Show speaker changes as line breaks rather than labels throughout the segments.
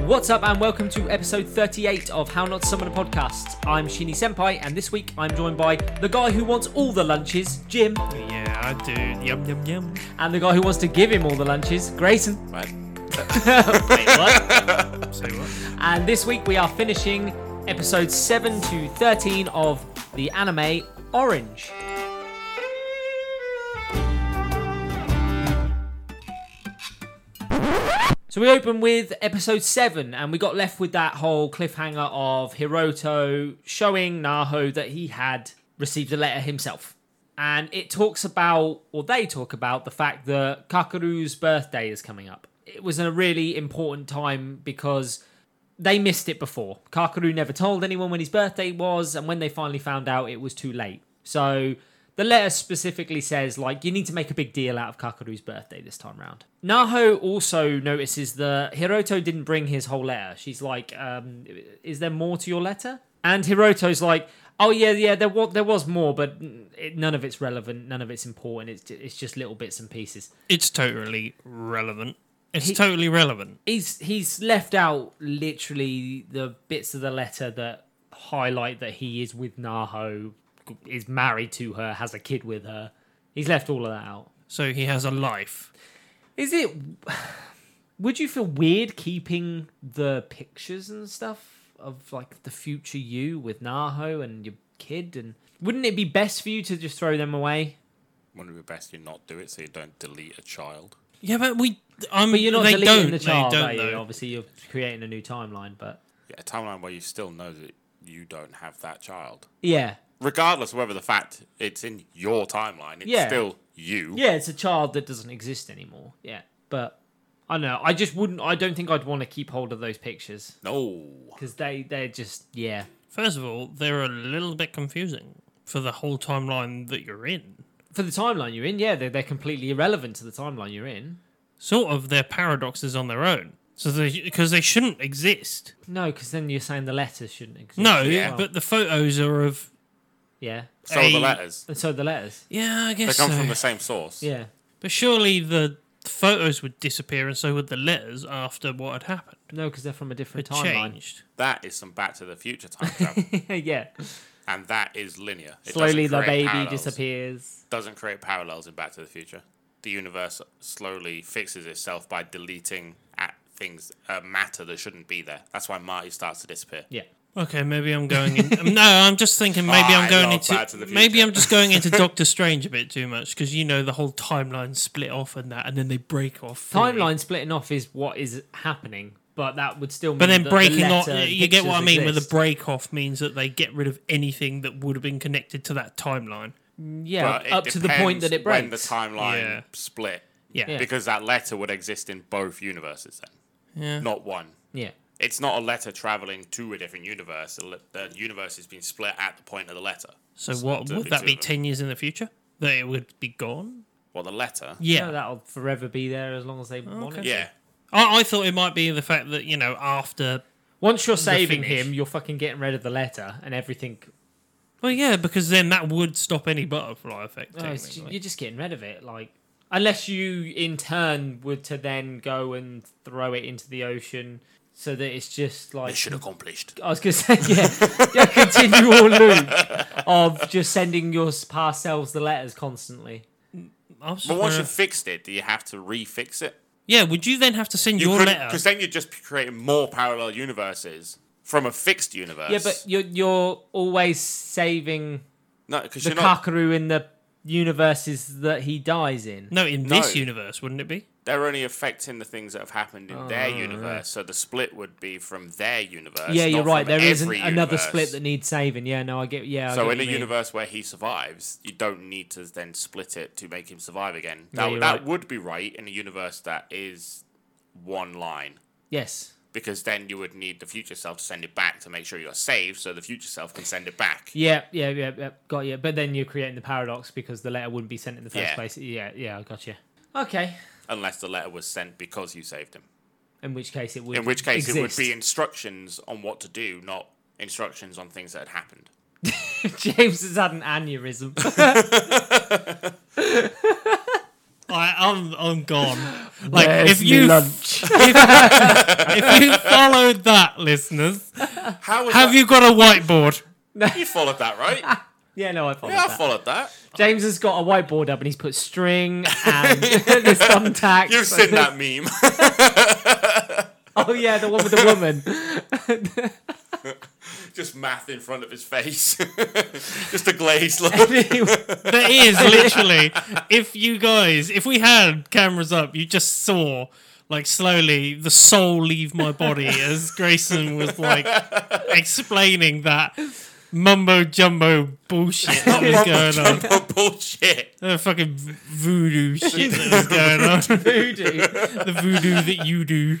What's up, and welcome to episode 38 of How Not to Summon a Podcast. I'm Shinny Senpai, and this week I'm joined by the guy who wants all the lunches, Jim,
Yeah, I do. Yum yum yum.
and the guy who wants to give him all the lunches, Grayson.
Right.
Wait, what?
Say what?
and this week we are finishing episodes 7 to 13 of the anime Orange. So we open with episode seven, and we got left with that whole cliffhanger of Hiroto showing Naho that he had received a letter himself. And it talks about, or they talk about, the fact that Kakaru's birthday is coming up. It was a really important time because they missed it before. Kakaru never told anyone when his birthday was, and when they finally found out, it was too late. So the letter specifically says, like, you need to make a big deal out of Kakaru's birthday this time round. Naho also notices that Hiroto didn't bring his whole letter. She's like, um, is there more to your letter? And Hiroto's like, oh yeah, yeah, there was there was more, but it, none of it's relevant, none of it's important. It's it's just little bits and pieces.
It's totally relevant. It's totally relevant.
he's he's left out literally the bits of the letter that highlight that he is with Naho, is married to her, has a kid with her. He's left all of that out.
So he has a life.
Is it? Would you feel weird keeping the pictures and stuff of like the future you with Naho and your kid? And wouldn't it be best for you to just throw them away?
Wouldn't it be best you not do it so you don't delete a child?
Yeah, but we. I'm.
But you're not
they
deleting
don't,
the child,
They
are
don't
you?
though.
Obviously, you're creating a new timeline, but
Yeah, a timeline where you still know that you don't have that child.
yeah,
Regardless of whether the fact it's in your timeline, it's
Yeah.
still you.
Yeah, it's a child that doesn't exist anymore. Yeah, but I don't know. I just wouldn't. I don't think I'd want to keep hold of those pictures
No.
because they they're just yeah.
First of all, they're a little bit confusing for the whole timeline that you're in.
For the timeline you're in, yeah, they're, they're completely irrelevant to the timeline you're in.
Sort of, they're paradoxes on their own. So they because they shouldn't exist.
No, because then you're saying the letters shouldn't exist.
No,
as
Yeah.
well.
but the photos are of.
yeah,
So are
Hey.
the letters.
and so are the letters,
Yeah, I
They
guess
come
so.
from the same source.
yeah,
But surely the photos would disappear, and so would the letters after what had happened.
no, because they're from a different
It
timeline.
changed.
That is some Back to the Future time travel.
yeah,
and that is linear. It
slowly
doesn't
the
create
baby
parallels.
disappears.
Doesn't create parallels in Back to the Future. The universe slowly fixes itself by deleting at things, uh, matter that shouldn't be there. That's why Marty starts to disappear.
Yeah,
Okay, maybe I'm going. In, um, no, I'm just thinking maybe
Oh,
I'm
I
going
love
into
Back to the
maybe
Future.
I'm just going into Doctor Strange a bit too much because you know the whole timeline split off and that, and then they break off. fully.
timeline splitting off is what is happening, but that would still. Mean
but then
that the
breaking off.
letter and
You get what I
pictures
mean. Where the
exist.
break off means that they get rid of anything that would have been connected to that timeline.
yeah,
But it
up to the point
depends
that it
when the
breaks.
timeline
Yeah.
split.
Yeah,
Yeah.
Because that letter would exist in both universes then,
Yeah.
not one.
yeah.
It's not a letter traveling to a different universe. The le- The universe has been split at the point of the letter.
So what
That'd
would
be
that
two
be?
of them.
Ten years in the future, that it would be gone.
Well, the letter.
Yeah,
No, that'll forever be there as long as they want it.
Yeah.
I, I thought it might be the fact that you know after.
Once you're saving
finish.
him, you're fucking getting rid of the letter and everything.
Well, yeah, because then that would stop any butterfly effect.
No, Oh, it's-
technically.
you're just getting rid of it, like unless you in turn were to then go and throw it into the ocean, so that it's just like
Mission accomplished.
I was gonna say, yeah, yeah, continual loop of just sending your s- past selves the letters constantly.
I was just
But once
wondering-
you've fixed it, do you have to refix it?
Yeah, would you then have to send
You
your
Because
letter?
then you're just creating more parallel universes from a fixed universe.
Yeah, but you're you're always saving
no, because
the
you're not.
Kakaru in the universes that he dies in.
No, in
No.
this universe, wouldn't it be?
They're only affecting the things that have happened in their universe. So the split would be from their universe.
Oh, Yeah, you're
not
right.
from
There isn't
every
another
universe.
split that needs saving. Yeah, no, I get. Yeah, I get
So
what
in a
you mean.
universe where he survives, you don't need to then split it to make him survive again.
Yeah,
That
you're
that
right.
would be right in a universe that is one line.
yes,
Because then you would need the future self to send it back to make sure you're saved, so the future self can send it back.
yeah, yeah, yeah, yeah, got you. But then you're creating the paradox because the letter wouldn't be sent in the first
Yeah.
place. Yeah, yeah, I got you. Okay,
Unless the letter was sent because you saved him.
in which case it would.
In which case, it would
exist.
be instructions on what to do, not instructions on things that had happened.
James has had an aneurysm.
I, I'm I'm gone. Like
Where's
if
me
you
lunch?
if, if you followed that, listeners,
How was
have
that-
you got a whiteboard?
You followed that, right?
Yeah, no, I followed
yeah, I
that.
followed that.
James has got a whiteboard up and he's put string and there's thumbtacks.
You've seen that meme.
Oh yeah, the one with the woman.
Just math in front of his face. Just a glazed look.
There is literally, if you guys, if we had cameras up, you just saw like slowly the soul leave my body as Grayson was like explaining that mumbo jumbo bullshit that was going on.
Bullshit.
The fucking voodoo shit that was going on.
Voodoo.
The voodoo that you do.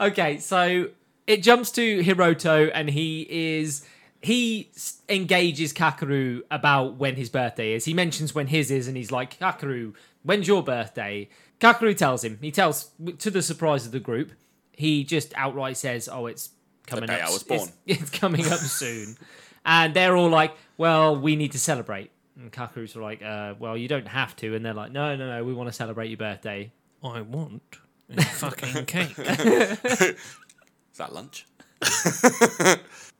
Okay, so it jumps to Hiroto, and he is he s- engages Kakaru about when his birthday is. He mentions when his is, and he's like, "Kakaru, when's your birthday?" Kakaru tells him. He tells to the surprise of the group. He just outright says, "Oh, it's coming
day
up.
I was
s-
born."
It's, it's coming up soon," and they're all like, "Well, we need to celebrate." And Kakaru's like, uh, "Well, you don't have to," and they're like, "No, no, no, we want to celebrate your birthday."
I want a fucking cake.
Is that lunch?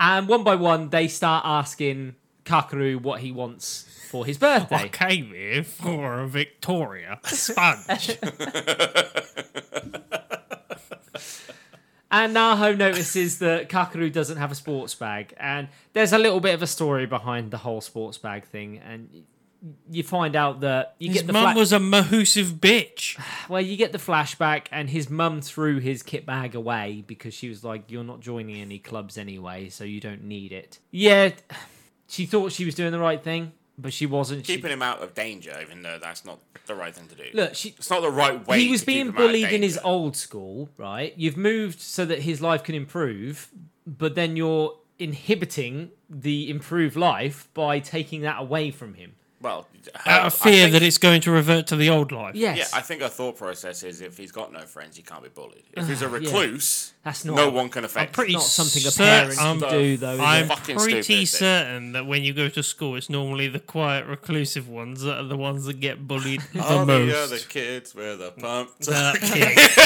And one by one, they start asking Kakaru what he wants for his
I
birthday.
came here for a Victoria sponge.
And Naho notices that Kakaru doesn't have a sports bag. And there's a little bit of a story behind the whole sports bag thing. And y- you find out that you
His
get the Oh,
mum
fla-
was a mahoosive bitch.
well, you get the flashback, and his mum threw his kit bag away because she was like, "You're not joining any clubs anyway, so you don't need it." Yeah, she thought she was doing the right thing, but she wasn't. She-
Keeping him out of danger, even though that's not the right thing to do.
look, she
it's not the right way.
he was
to keep
being
him out of
bullied in his
danger.
old school, right? You've moved so that his life can improve, but then you're inhibiting the improved life by taking that away from him.
Well,
Out of
I
fear
think-
that it's going to revert to the old life.
Yes,
Yeah, I think our thought process is if he's got no friends, he can't be bullied. If he's a recluse,
That's not-
no one can affect.
I'm pretty
not something a
certain-
parent
I'm,
can do, though. is
I'm
it?
Fucking
pretty
stupid, dude.
certain that when you go to school, it's normally the quiet, reclusive ones that are the ones that get bullied the
All Oh, the
most.
other kids with a pump.
That kid.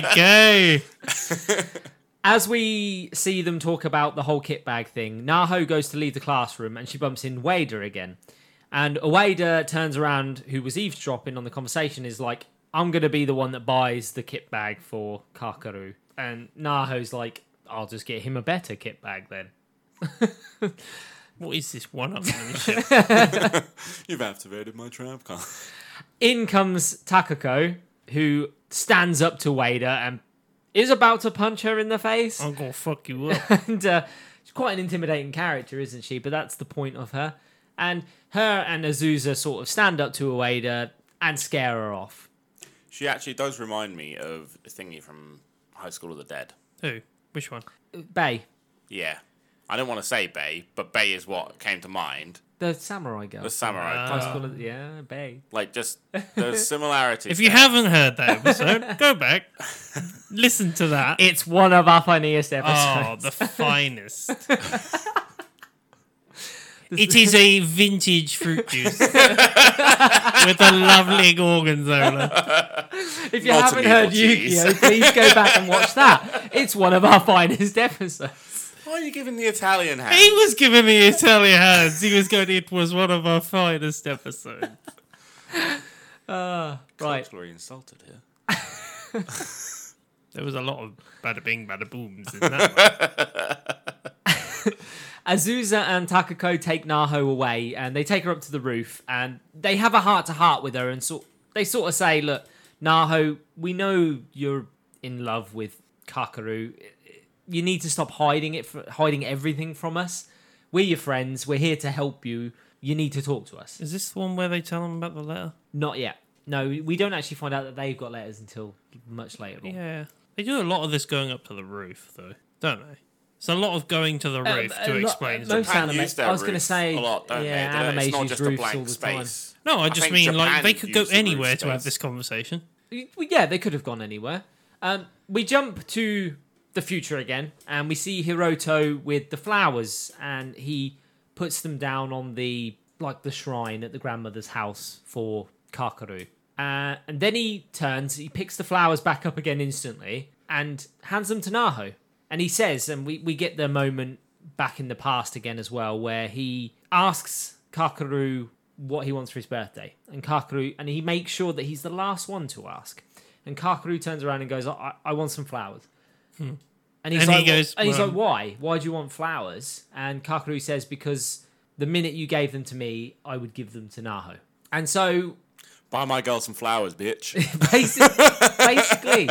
yeah, there we go.
As we see them talk about the whole kit bag thing, Naho goes to leave the classroom and she bumps in Wada again. And Wada turns around, who was eavesdropping on the conversation, is like, I'm going to be the one that buys the kit bag for Kakaru. And Naho's like, I'll just get him a better kit bag then.
What is this one-upmanship?
You've activated my trap card.
In comes Takako, who stands up to Wada and is about to punch her in the face.
Oh.
I'm gonna fuck you up.
and uh, she's quite an intimidating character, isn't she? But that's the point of her. And her and Azusa sort of stand up to Ueda and scare her off.
She actually does remind me of the thingy from High School of the Dead.
Who? Which one?
Bay,
Yeah. I don't want to say Bay, but Bay is what came to mind.
the samurai girl.
The samurai.
Ah.
High
card.
school of- yeah, Bay.
Like, just the similarities.
If you
there.
haven't heard that episode, go back, listen to that.
It's one of our funniest
Oh,
episodes.
the finest. it is a vintage fruit juice with a lovely gorgonzola.
if you
not
haven't
to me,
heard
but jeez.
Yu-Gi-Oh, please go back and watch that. It's one of our finest episodes.
Why are you giving the Italian hand?
He was giving me Italian hands. He was going, it was one of our finest episodes.
Right.
Culturally insulted here.
There was a lot of bada bing, bada booms in that one.
Azusa and Takako take Naho away and they take her up to the roof and they have a heart to heart with her and sort they sort of say, "Look, Naho, we know you're in love with Kakaru. You need to stop hiding it, fr- hiding everything from us. We're your friends. We're here to help you. You need to talk to us."
Is this the one where they tell him about the letter?
Not yet. No, we don't actually find out that they've got letters until much later. on.
Yeah. They do a lot of this going up to the roof, though, don't they? It's a lot of going to the roof
Um, a
to
lot- uh,
explain.
most
stuff.
Japan
anime-
use their
I was gonna
roofs
say,
a lot,
yeah,
don't they? They don't- It's
anime
not
use
just a
roofs all
blank
the time.
space.
No, I just
think
mean like
Japan
they could go
used the roof
anywhere to have
space.
this conversation.
Well, yeah, they could have gone anywhere. Um, we jump to the future again, and we see Hiroto with the flowers, and he puts them down on the like the shrine at the grandmother's house for Kakaru. Uh, and then he turns, he picks the flowers back up again instantly, and hands them to Naho. And he says, and we, we get the moment back in the past again as well, where he asks Kakaru what he wants for his birthday. And Kakaru, and he makes sure that he's the last one to ask. And Kakaru turns around and goes, I, I- I want some flowers. And he's
Hmm. And he
like, "Wha-"
goes,
and he's
"Well-
like, why? Why do you want flowers? And Kakaru says, because the minute you gave them to me, I would give them to Naho. And so
Buy my girl some flowers, bitch.
Basic, basically.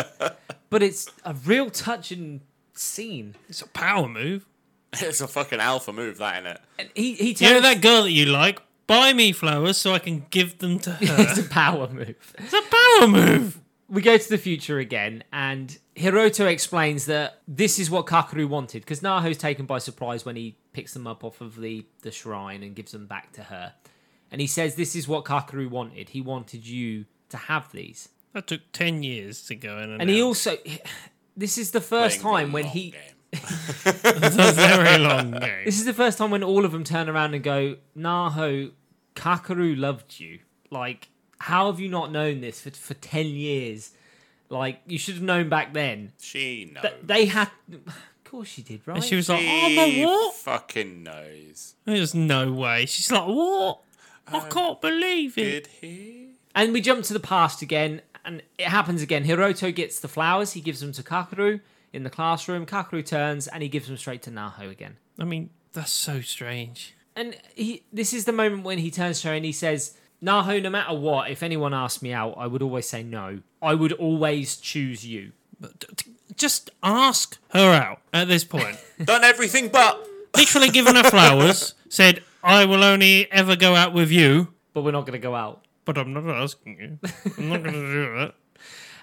But it's a real touching scene.
It's a power move.
it's a fucking alpha move, that innit?
And he he
You
tells
know that girl that you like? Buy me flowers so I can give them to her.
it's a power move.
it's a power move.
We go to the future again, and Hiroto explains that this is what Kakaru wanted because Naho's taken by surprise when he picks them up off of the, the shrine and gives them back to her. And he says this is what Kakaru wanted. He wanted you to have these.
That took 10 years to go in. And,
And he
out.
also, this is the first
Playing
time
the
when
long
he,
game.
That's a very long game.
This is the first time when all of them turn around and go, Naho, Kakaru loved you. Like, how have you not known this for, for 10 years? Like, you should have known back then.
She knows.
But they had. Of course she did, right?
And she was like, oh,
She
my what?
fucking knows.
There's no way. She's like, what? I
Um,
can't believe it.
Did he?
And we jump to the past again, and it happens again. Hiroto gets the flowers, he gives them to Kakaru in the classroom. Kakaru turns, and he gives them straight to Naho again.
I mean, that's so strange.
And he, this is the moment when he turns to her and he says, Naho, no matter what, if anyone asked me out, I would always say no. I would always choose you.
But d- d- just ask her out at this point.
Done everything but.
Literally given her flowers, said, I will only ever go out with you,
But we're not going to go out.
but I'm not asking you. I'm not going to do that.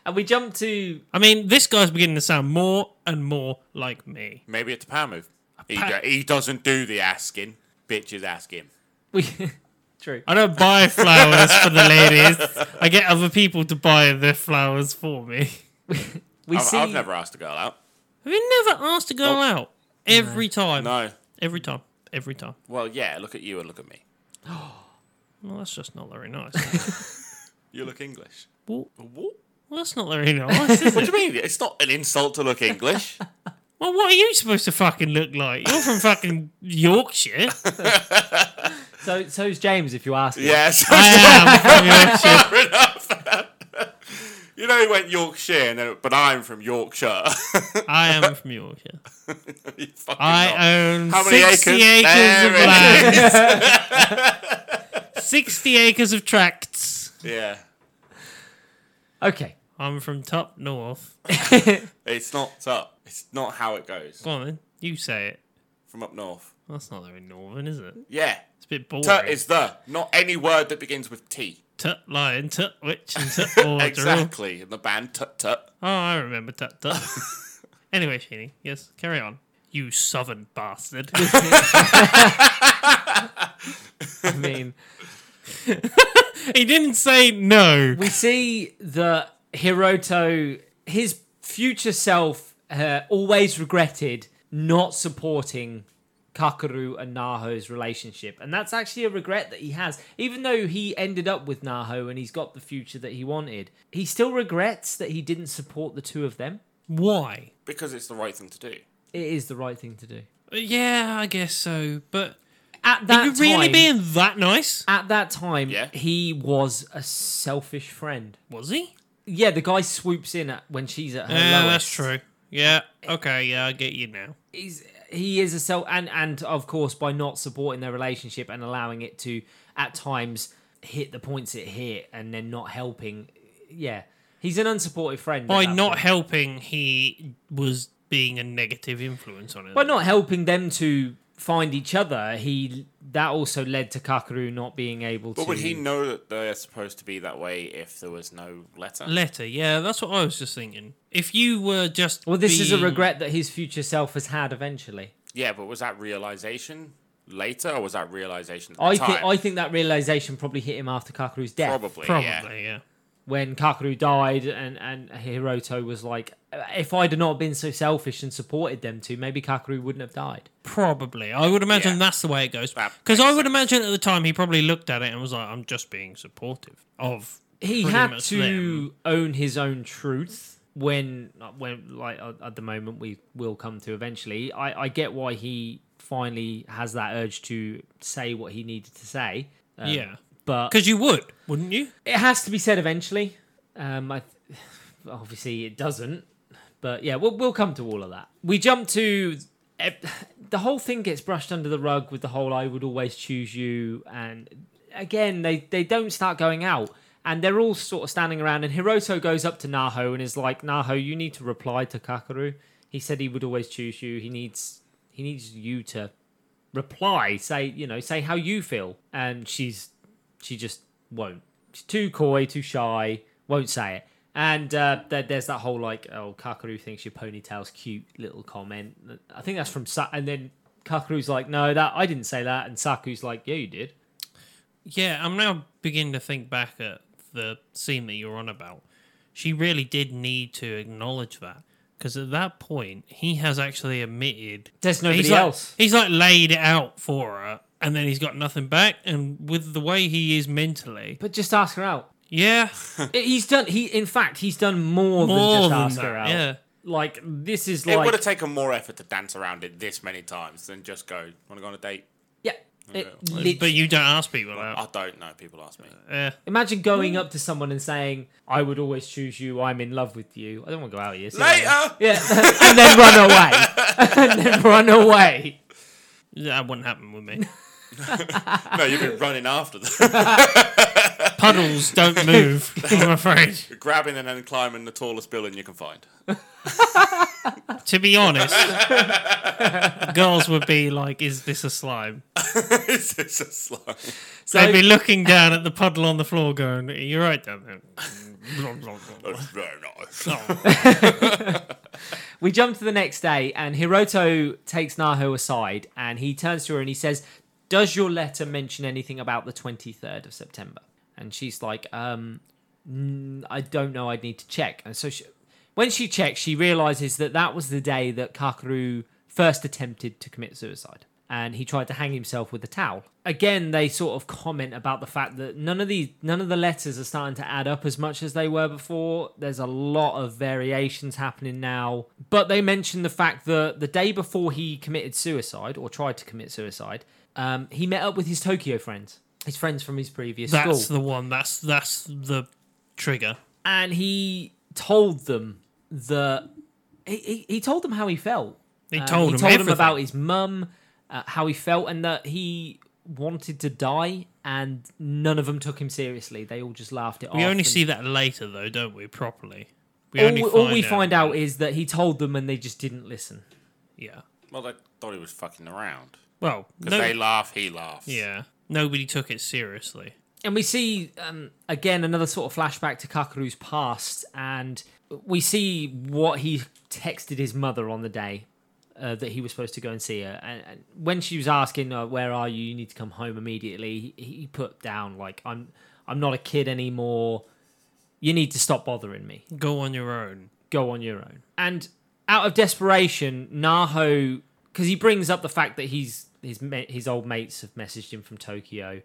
And we jump to
I mean, this guy's beginning to sound more and more like me.
Maybe it's a power move. He,
pow-
do- he doesn't do the asking. Bitches ask him.
we. True.
I don't buy flowers for the ladies. I get other people to buy their flowers for me.
We
I've,
see.
I've never asked a girl out.
Have you never asked a girl out? Every time.
Oh. No.
Every time. Every time.
Well, yeah, look at you and look at me.
Well, that's just not very nice.
You look English.
well,
What?
well, that's not very nice, is
What
it?
do you mean? It's not an insult to look English.
Well, what are you supposed to fucking look like? You're from fucking Yorkshire.
So so's James, if you ask. him.
yes.
I am from Yorkshire.
you know, he went Yorkshire, and then, but I'm from Yorkshire.
I am from Yorkshire.
You fucking not.
I own
How many
60
acres?
acres,
There
of
it
land. 60 acres of tracts.
Yeah.
Okay.
I'm from top north.
It's not up. It's not how it goes.
Go on then. You say it.
From up north.
That's not very northern, is it?
Yeah.
It's a bit boring.
Tut is the, not any word that begins with T.
Tut lion, tut witch, and tut order.
Exactly. In the band Tut Tut.
Oh, I remember tut tut. anyway, Sheeny, yes, carry on. You southern bastard.
I mean,
he didn't say no.
we see that Hiroto, his future self, uh, always regretted not supporting Kakaru and Naho's relationship. And that's actually a regret that he has. Even though he ended up with Naho and he's got the future that he wanted, he still regrets that he didn't support the two of them.
Why?
Because it's the right thing to do.
It is the right thing to do.
Yeah, I guess so. But
At
are
that
you really
time,
being that nice?
at that time,
Yeah.
he was a selfish friend.
Was he?
Yeah, the guy swoops in at, when she's at her
Yeah,
lowest.
that's true. Yeah. Okay. Yeah, I get you now.
he's he is a self and and of course by not supporting their relationship and allowing it to at times hit the points it hit and then not helping yeah he's an unsupportive friend
By
at that
not
point.
helping, he was being a negative influence on it.
by not helping them to find each other he that also led to Kakaru not being able
But
to
would he know that they're supposed to be that way if there was no letter?
letter. Yeah, that's what I was just thinking. If you were just
well this is a
being-
regret that his future self has had eventually
yeah, but was that realization later or was that realization at the
I
time?
think I think that realization probably hit him after Kakaru's death
Probably,
probably
yeah.
yeah.
when Kakaru died and, and Hiroto was like, if I'd have not been so selfish and supported them two, maybe Kakaru wouldn't have died.
Probably. I would imagine
Yeah.
that's the way it goes.
That
Because I would imagine at the time he probably looked at it and was like, I'm just being supportive of.
He
pretty
had
much
to
them.
own his own truth when when like at- at the moment we will come to eventually i i get why he finally has that urge to say what he needed to say um,
yeah.
but
Because you would, wouldn't you?
it has to be said eventually um I th- obviously it doesn't but yeah we'll, we'll come to all of that we jump to ep- the whole thing gets brushed under the rug with the whole i would always choose you and again they they don't start going out and they're all sort of standing around and hiroto goes up to naho and is like naho you need to reply to kakaru he said he would always choose you he needs he needs you to reply say you know say how you feel and she's she just won't she's too coy too shy won't say it and uh, there, there's that whole like oh kakaru thinks your ponytail's cute little comment i think that's from Sa- and then kakaru's like no that i didn't say that and saku's like yeah you did
Yeah, I'm now beginning to think back at the scene that you're on about. She really did need to acknowledge that because at that point he has actually admitted
There's nobody
he's like,
else.
He's like laid it out for her, and then he's got nothing back. And with the way he is mentally,
but just ask her out
yeah,
I- he's done he in fact he's done more, than
more
just
than
ask her
that.
out
Yeah,
like this is
It would
like
have taken more effort to dance around it this many times than just go, want to go on a date?
yeah it
But
lit-
but you don't ask people out.
I don't know. People ask me.
Yeah.
imagine going up to someone and saying i would always choose you i'm in love with you i don't want to go out with you see you
Later!
Yeah, and then run away. and then run away.
That wouldn't happen with me.
No, you've been running after them,
Puddles don't move. I'm afraid.
grabbing and then climbing the tallest building you can find.
To be honest, girls would be like, "Is this a slime?"
it's just a slime.
So
They'd be looking down at the puddle on the floor, going, "You're right down there."
That's very nice.
we jump to the next day, and Hiroto takes Naho aside and he turns to her and he says, Does your letter mention anything about the 23rd of September? And she's like, um, mm, I don't know. I'd need to check. And so she, when she checks, she realizes that that was the day that Kakaru first attempted to commit suicide. And he tried to hang himself with a towel. Again, they sort of comment about the fact that none of these, none of the letters are starting to add up as much as they were before. There's a lot of variations happening now. But they mention the fact that the day before he committed suicide or tried to commit suicide, um, he met up with his Tokyo friends, his friends from his previous school
That's the one. That's that's the trigger.
and he told them that he, he, he told them how he felt.
He
Uh,
told
he
him
told
everything.
them about his mum, uh, how he felt, and that he wanted to die. And none of them took him seriously. They all just laughed it off.
We only
and
see that later, though, don't we? Properly. We
all,
only
we-
find
all we
out.
find out is that he told them, and they just didn't listen.
Yeah.
Well, they thought he was fucking around.
Well,
Because
no,
they laugh, he laughs.
yeah. Nobody took it seriously.
and we see um, again another sort of flashback to Kakaru's past, and we see what he texted his mother on the day uh, that he was supposed to go and see her. And, and when she was asking, uh, "Where are you? You need to come home immediately," he, he put down like, "I'm I'm not a kid anymore. You need to stop bothering me.
Go on your own.
Go on your own." And out of desperation, Naho, because he brings up the fact that he's his ma- his old mates have messaged him from Tokyo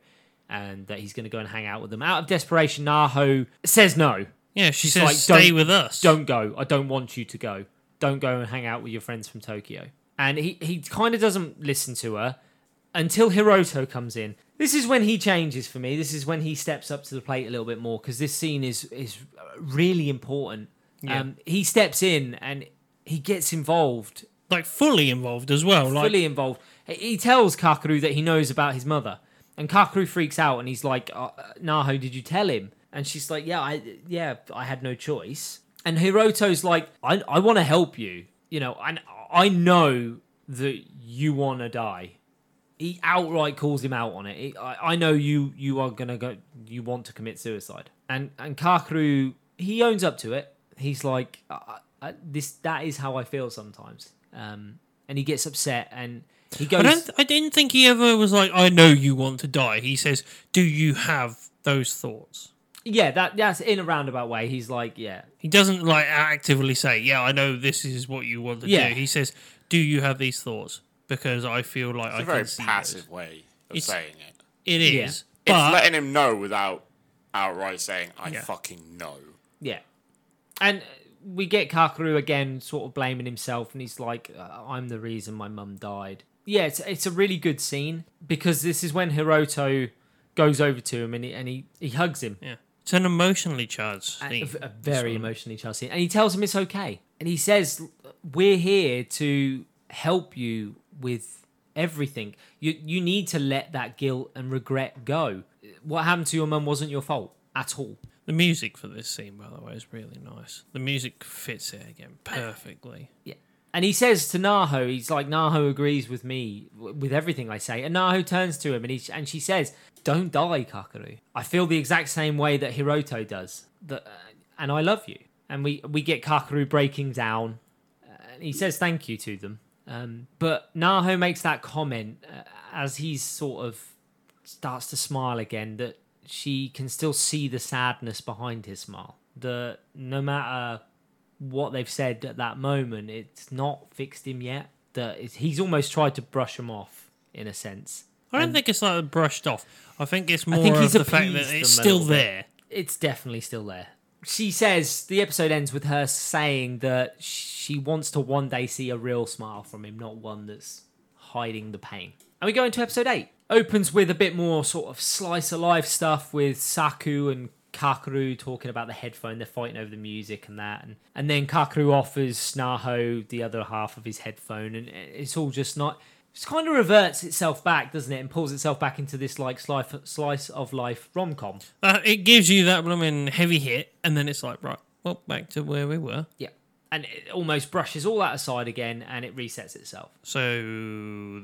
and that he's going to go and hang out with them. Out of desperation, Naho says no.
Yeah, she
She's
says,
like,
"Stay
"Don't-
with us."
Don't go. I don't want you to go. Don't go and hang out with your friends from Tokyo. And he, he kind of doesn't listen to her until Hiroto comes in. This is when he changes for me. This is when he steps up to the plate a little bit more because this scene is is really important. Um, he steps in and he gets involved
Like fully involved as well. Like
fully involved. He- He tells Kakaru that he knows about his mother, and Kakaru freaks out and he's like, uh, "Naho, did you tell him?" And she's like, "Yeah, I yeah, I had no choice." And Hiroto's like, "I I want to help you, you know, and I know that you want to die." He outright calls him out on it. He, I, I know you you are gonna go. You want to commit suicide, and and Kakaru he owns up to it. He's like, I, I, "This that is how I feel sometimes." Um, and he gets upset and he
I
goes.
don't. I didn't think he ever was like, "I know you want to die." He says, "Do you have those thoughts?"
yeah, that that's in a roundabout way. He's like, yeah,
He doesn't like actively say, "Yeah, I know this is what you want to
Yeah.
do." He says, "Do you have these thoughts?" Because I feel like
It's
I
a very
can see
passive way of
It's-
saying it.
those. It
Yeah.
is,
it's
but
letting him know without outright saying, I fucking know.
yeah, and uh, we get Kakaru again, sort of blaming himself, and he's like, uh, "I'm the reason my mum died." Yeah, it's it's a really good scene because this is when Hiroto goes over to him and he and he, he hugs him.
Yeah. It's an emotionally charged
And
thing.
A, a very emotionally charged scene. And he tells him it's okay. And he says, We're here to help you with everything. You, you need to let that guilt and regret go. What happened to your mum wasn't your fault at all.
The music for this scene, by the way, is really nice. The music fits it again perfectly.
Yeah. And he says to Naho, he's like, Naho agrees with me w- with everything I say. And Naho turns to him and, he, and she says, Don't die, Kakaru. I feel the exact same way that Hiroto does. That, uh, and I love you. And we, we get Kakaru breaking down. Uh, and he says thank you to them. Um, but Naho makes that comment uh, as he's sort of starts to smile again that she can still see the sadness behind his smile. That no matter what they've said at that moment, it's not fixed him yet. That it's, he's almost tried to brush him off in a sense.
I don't think it's like brushed off. I think it's more
think
of
he's
the fact
appeased
that it's
them a
still
little bit.
there.
It's definitely still there. She says the episode ends with her saying that she wants to one day see a real smile from him, not one that's hiding the pain. And we go into episode eight. Opens with a bit more sort of slice of life stuff with Saku and Kakaru talking about the headphone. They're fighting over the music and that. And, and then Kakaru offers Snaho the other half of his headphone. And it's all just not. It kind of reverts itself back, doesn't it? And pulls itself back into this like slice, slice of life rom com.
Uh, it gives you that blooming heavy hit, and then it's like, right, well, back to where we were.
Yeah. And it almost brushes all that aside again and it resets itself.
So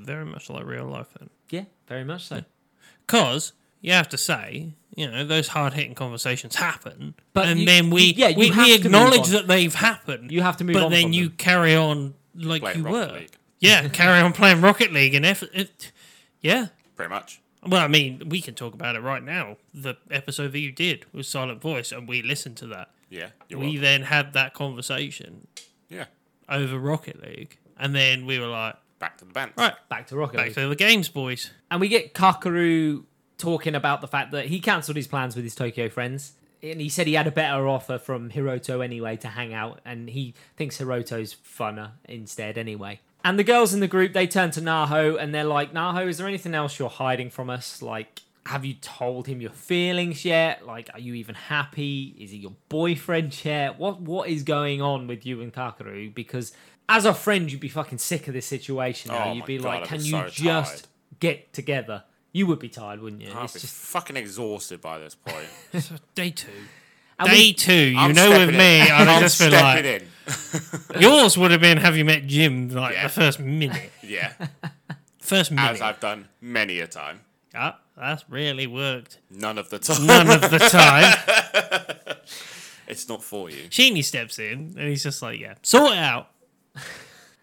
very much like real life then.
Yeah, very much so.
Because you have to say, you know, those hard hitting conversations happen,
But
and
you-
then we
you- yeah, you
we,
have
we
to move
acknowledge
on.
that they've happened.
You have to move
but
on
then
from
you
them.
carry on like
Play
you
Rocket
were.
League,
Yeah, carry on playing Rocket League and F. It, yeah.
pretty much.
Well, I mean, we can talk about it right now. The episode that you did was Silent Voice, and we listened to that.
Yeah, you're
we
welcome.
then had that conversation
yeah.
over Rocket League, and then we were like,
Back to the band.
right,
Back to Rocket
back
League.
to the games, boys.
and we get Kakaru talking about the fact that he cancelled his plans with his Tokyo friends. And he said he had a better offer from Hiroto anyway to hang out, and he thinks Hiroto's funner instead anyway. And the girls in the group they turn to Naho and they're like, Naho, is there anything else you're hiding from us? Like, have you told him your feelings yet? Like, are you even happy? Is he your boyfriend yet? What what is going on with you and Kakaru? Because as a friend, you'd be fucking sick of this situation. now.
Oh
you'd
my
be
God,
like,
I'd be
can you
so
just
tired.
get together. You would be tired, wouldn't you?
I'll
It's
be
just
fucking exhausted by this point.
So day two.
and
Day
we-
two, you
I'm
know, with
stepping in.
me, I'd have
I'm
just been
stepping
like,
in.
yours would have been, have you met Jim? Like
Yeah.
the first minute,
Yeah,
first minute.
as I've done many a time.
Ah, that's really worked.
None of the time.
None of the time.
It's not for you.
Sheeny steps in, and he's just like, yeah, sort it out.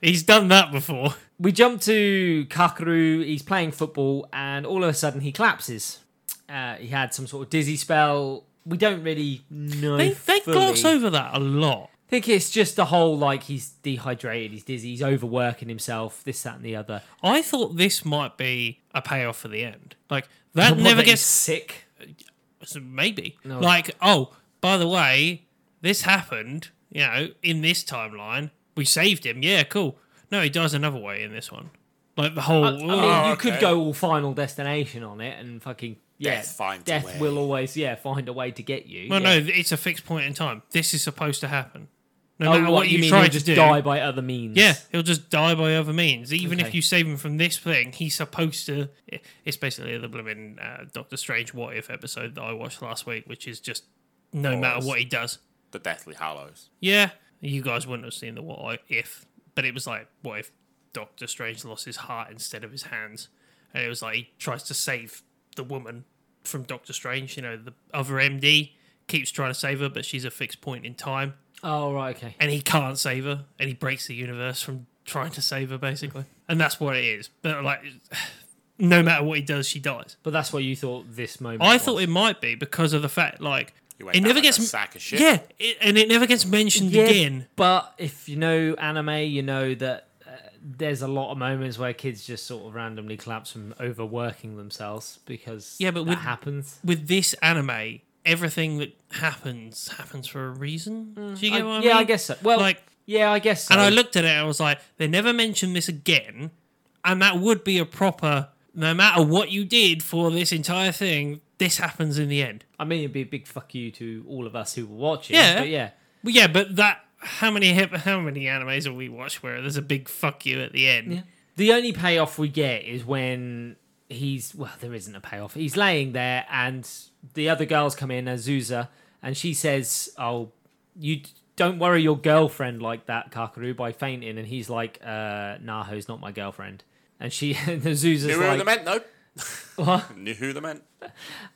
He's done that before.
we jump to Kakaru. He's playing football, and all of a sudden he collapses. Uh, he had some sort of dizzy spell. We don't really know.
They, they
fully.
gloss over that a lot.
I think it's just the whole like he's dehydrated, he's dizzy, he's overworking himself, this, that, and the other.
I thought this might be a payoff for the end. Like that
What,
never
that he's
gets
sick.
So maybe
No.
like oh by the way this happened you know in this timeline we saved him yeah cool no he dies another way in this one like the whole
I mean,
oh,
you
okay.
could go all Final Destination on it and fucking yeah,
Death finds a
death
way.
will always yeah find a way to get you.
well
yeah.
no it's a fixed point in time this is supposed to happen no
Oh,
matter what, you,
mean,
try
he'll
to
just
do
die by other means.
yeah he'll just die by other means even if
Okay.
you save him from this thing he's supposed to it's basically the blooming uh, Doctor Strange what if episode that I watched last week which is just no matter
it's-
what he does
The Deathly Hallows.
Yeah, you guys wouldn't have seen the what if, but it was like, what if Doctor Strange lost his heart instead of his hands? And it was like he tries to save the woman from Doctor Strange. You know, the other MD keeps trying to save her, but she's a fixed point in time,
Oh right, okay.
and he can't save her, and he breaks the universe from trying to save her, basically. And that's what it is. But like, no matter what he does, she dies.
But that's what you thought this moment.
I
was.
thought it might be because of the fact, like,
You went
it
down
never
like
gets
a sack of shit.
Yeah, it, and it never gets mentioned
Yeah,
again.
But if you know anime, you know that uh, there's a lot of moments where kids just sort of randomly collapse from overworking themselves because
Yeah, but
that
with-
happens.
with this anime, everything that happens happens for a reason. Do you
Mm. I-
get what I mean?
yeah, I guess so. Well,
Like-
yeah, I guess. So.
And I looked at it and I was like, they never mentioned this again. And that would be a proper, no matter what you did for this entire thing, this happens in the end.
I mean, it'd be a big fuck you to all of us who were watching.
Yeah.
but yeah,
Well, yeah, but that, how many hip- how many animes have we watched where there's a big fuck you at the end?
The only payoff we get is when he's well, there isn't a payoff. He's laying there, and the other girls come in, Azusa, and she says, "Oh, you d- don't worry your girlfriend like that, Kakaru, by fainting." And he's like, uh, "Naho's not my girlfriend." And she, and Azusa's
Knew who they
like,
meant, though. Knew who they meant.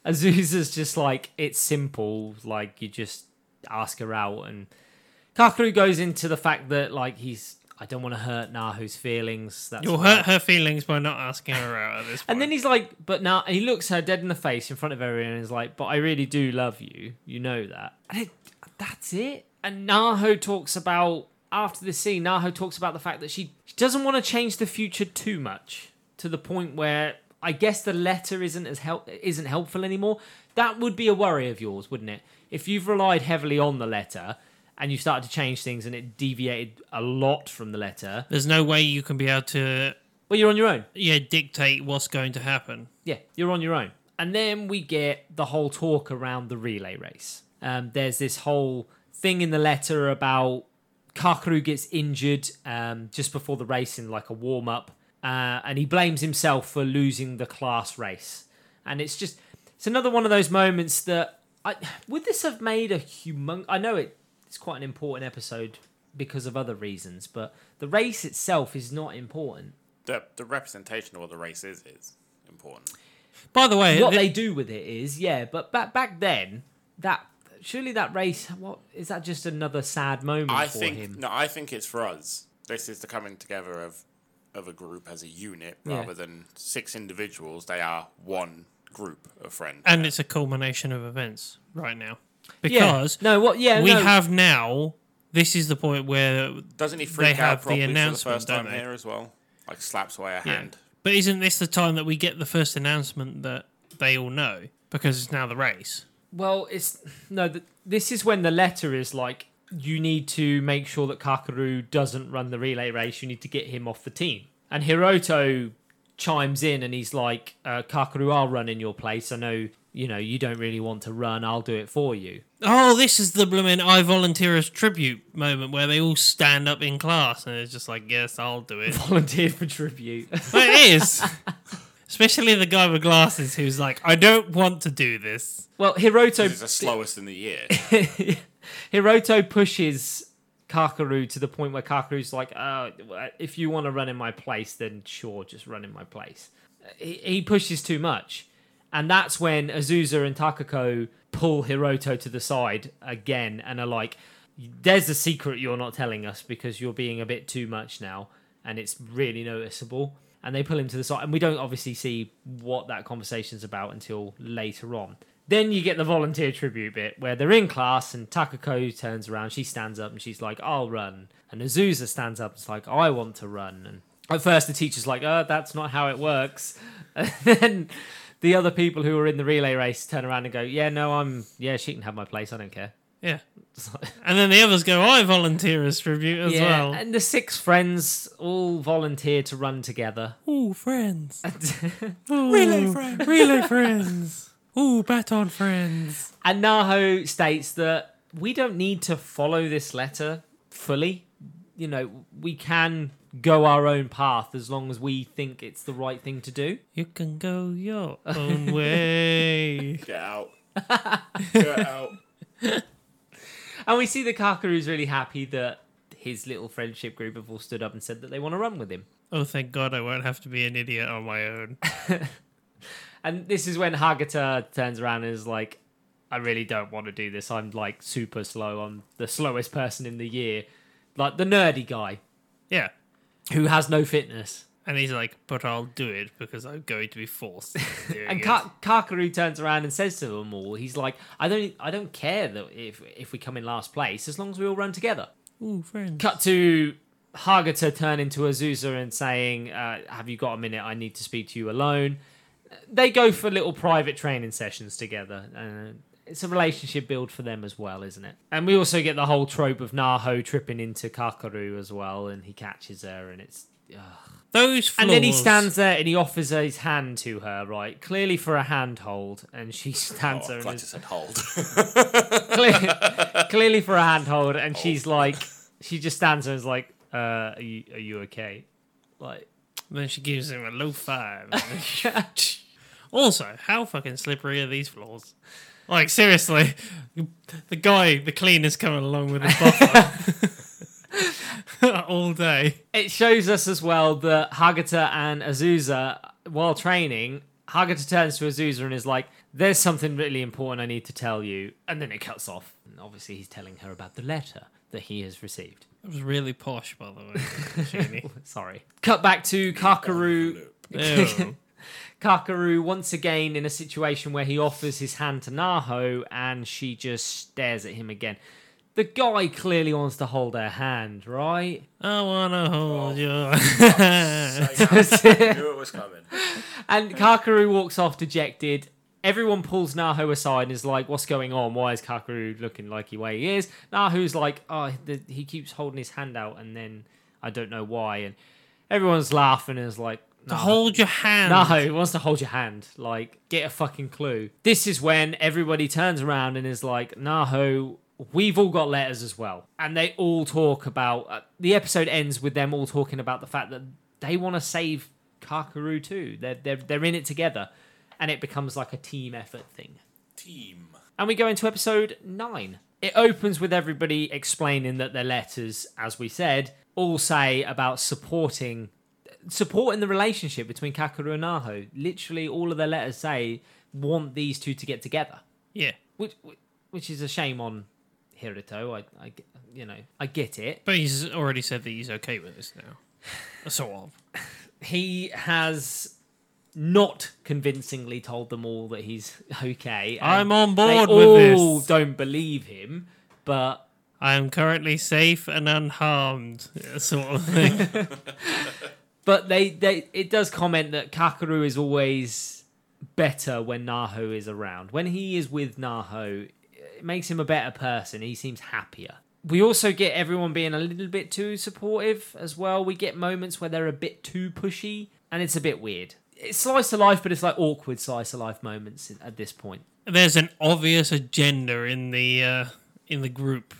Azusa's just like, "It's simple. Like you just ask her out." And Kakaru goes into the fact that like he's, "I don't want to hurt Naho's feelings." That's
You'll
why-
hurt her feelings by not asking her out at this point.
And then he's like, but now he looks her dead in the face in front of everyone and is like, but I really do love you. You know that. And it, that's it. And Naho talks about, after this scene, Naho talks about the fact that she, she doesn't want to change the future too much to the point where I guess the letter isn't as help, isn't helpful anymore. That would be a worry of yours, wouldn't it? If you've relied heavily on the letter and you started to change things and it deviated a lot from the letter,
there's no way you can be able to
well, you're on your own.
yeah dictate what's going to happen.
yeah, you're on your own. And then we get the whole talk around the relay race. Um, there's this whole thing in the letter about Kakaru gets injured um, just before the race in like a warm up, uh, and he blames himself for losing the class race. And it's just, it's another one of those moments that I would this have made a humong. I know it, it's quite an important episode because of other reasons, but the race itself is not important.
The, the representation of what the race is is important.
By the way,
what
thi-
they do with it is yeah but back back then that surely that race what is that just another sad moment
I
for
think
him
no, I think it's for us. This is the coming together of of a group as a unit
Yeah.
rather than six individuals. They are one group of friends.
and it's a culmination of events right now
yeah
because
no what yeah
we
no.
have now. This is the point where,
Doesn't he
They
freak
have
out
the
properly for the
announcement,
first time
don't they?
here as well? Like slaps away a
yeah.
hand.
but isn't this the time that we get the first announcement that they all know because it's now the race?
well it's no th- this is when the letter is like you need to make sure that kakaru doesn't run the relay race you need to get him off the team and hiroto chimes in and he's like uh, kakaru i'll run in your place i know you know you don't really want to run i'll do it for you
Oh, this is the blooming I volunteer as tribute moment where they all stand up in class and it's just like, yes, I'll do it.
volunteer for tribute
but it is. Especially the guy with glasses who's like, I don't want to do this.
well hiroto
This is the slowest in the year.
Hiroto pushes Kakaru to the point where Kakaru's like, uh, if you want to run in my place, then sure, just run in my place. He, he pushes too much. And that's when Azusa and Takako pull Hiroto to the side again and are like, there's a secret you're not telling us because you're being a bit too much now. And it's really noticeable. And they pull him to the side. And we don't obviously see what that conversation's about until later on. Then you get the volunteer tribute bit where they're in class and Takako turns around. She stands up and she's like, I'll run. And Azusa stands up and is like, I want to run. And at first the teacher's like, oh, that's not how it works. And then the other people who are in the relay race turn around and go, yeah, no, I'm, yeah, she can have my place. I don't care.
Yeah. And then the others go, I volunteer as tribute as well.
And the six friends all volunteer to run together.
Ooh, friends. Relay friends. Relay friends. Ooh, baton friends.
And Naho states that we don't need to follow this letter fully. You know, we can go our own path as long as we think it's the right thing to do.
You can go your own way.
Get out. Get out.
And we see that Kakaru's really happy that his little friendship group have all stood up and said that they want to run with him.
Oh, thank God I won't have to be an idiot on my own.
And this is when Hagata turns around and is like, I really don't want to do this. I'm like super slow. I'm the slowest person in the year. Like the nerdy guy
Yeah.
who has no fitness.
And he's like, but I'll do it because I'm going to be forced. into doing
And
it."
Ka- Kakaru turns around and says to them all, he's like, I don't I don't care that if if we come in last place, as long as we all run together.
Ooh, friends.
Cut to Hagata turning to Azusa and saying, uh, have you got a minute? I need to speak to you alone. They go for little private training sessions together. And it's a relationship build for them as well, isn't it? And we also get the whole trope of Naho tripping into Kakaru as well, and he catches her, and it's. ugh.
Those flaws.
And then he stands there and he offers his hand to her, right? Clearly for a handhold, and she stands
Oh,
there
I
and
glad you
is
said hold.
clearly, clearly for a handhold, and she's like, she just stands there and is like, uh, "Are you are you okay?" Like,
Then she gives him a low five. also, how fucking slippery are these floors? Like seriously, the guy, the cleaner's coming along with his buffer all day.
it shows us as well that Hagata and Azusa, while training, Hagata turns to Azusa and is like, There's something really important I need to tell you. And then it cuts off. And obviously, he's telling her about the letter that he has received.
That was really posh, by the way.
Sorry. Cut back to Kakaru.
Sheenie. Ew.
Kakaru once again in a situation where he offers his hand to Naho and she just stares at him again. The guy clearly wants to hold her hand, right?
I wanna
Oh.
hold you.
I knew it was coming.
And Kakaru walks off dejected. Everyone pulls Naho aside and is like, "What's going on? Why is Kakaru looking like he way he is?" Naho's like, "Oh, the, he keeps holding his hand out, and then I don't know why." And everyone's laughing and is like,
To
"Naho-
hold your hand.
no, he wants to hold your hand. Like, get a fucking clue. This is when everybody turns around and is like, Naho, we've all got letters as well. And they all talk about. Uh, the episode ends with them all talking about the fact that they want to save Kakaru too. They're, they're, they're in it together. And it becomes like a team effort thing.
Team.
And we go into episode nine. It opens with everybody explaining that their letters, as we said, all say about supporting supporting the relationship between Kakaru and Naho. Literally, all of their letters say want these two to get together,
Yeah,
which which is a shame on Hiruto. I, I you know I get it.
but he's already said that he's okay with this now. Sort of.
He has not convincingly told them all that he's okay. and
I'm on
they
board with
all
this.
don't believe him, but
I am currently safe and unharmed, sort of thing.
But they, they it does comment that Kakaru is always better when Naho is around. When he is with Naho, it makes him a better person. He seems happier. We also get everyone being a little bit too supportive as well. We get moments where they're a bit too pushy, and it's a bit weird. It's slice of life, but it's like awkward slice of life moments at this point.
There's an obvious agenda in the uh, in the group.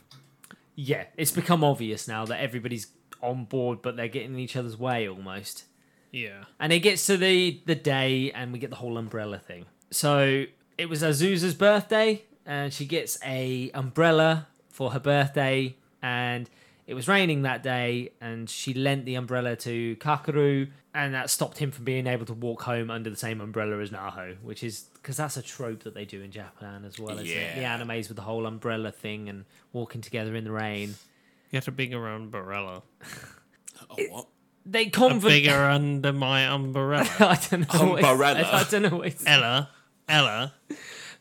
Yeah, it's become obvious now that everybody's on board, but they're getting in each other's way almost.
Yeah,
And it gets to the the day, and we get the whole umbrella thing. So it was Azusa's birthday, and she gets a umbrella for her birthday. And it was raining that day, and she lent the umbrella to Kakaru, and that stopped him from being able to walk home under the same umbrella as Naho, which is because that's a trope that they do in Japan as well. Isn't it? The
Yeah.
animes with the whole umbrella thing and walking together in the rain.
get a bigger umbrella.
Oh, what?
They
A
convert.
bigger under my umbrella.
I don't know. what it's-
Umbrella.
I don't know. What it's
Ella, Ella.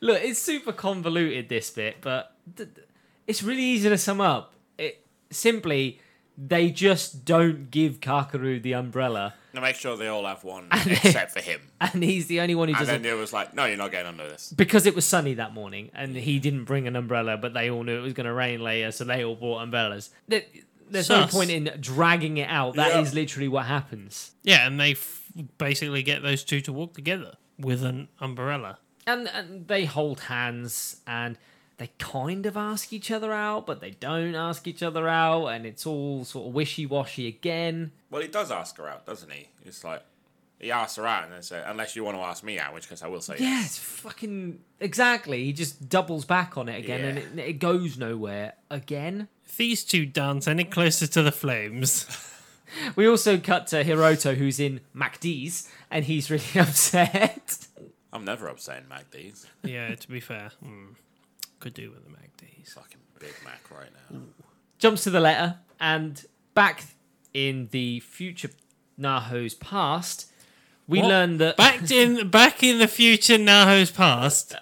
Look, it's super convoluted this bit, but th- th- it's really easy to sum up. It simply they just don't give Kakaru the umbrella,
Now make sure they all have one except for him.
and he's the only one who
And then
doesn't.
it was like, no, you're not getting under this.
Because it was sunny that morning, and he didn't bring an umbrella, but they all knew it was going to rain later, so they all bought umbrellas. There- There's
Sus.
no point in dragging it out. That is
Yeah.
literally what happens.
Yeah, and they f- basically get those two to walk together with an umbrella.
and, and they hold hands and they kind of ask each other out, but they don't ask each other out, and it's all sort of wishy washy again.
Well, he does ask her out, doesn't he? It's like he asks her out, and then says, "Unless you want to ask me out," which case I will say
Yeah, it's fucking exactly. He just doubles back on it again, and it, it goes nowhere again.
If these two dance any closer to the flames,
We also cut to Hiroto, who's in MacD's, and he's really upset.
I'm never upsetting MacD's.
yeah, to be fair, hmm, could do with the MACDs.
Fucking Big Mac right now.
Jumps to the letter, and back in the future Naho's past, we
What?
learn that
Back in back in the future, Naho's past.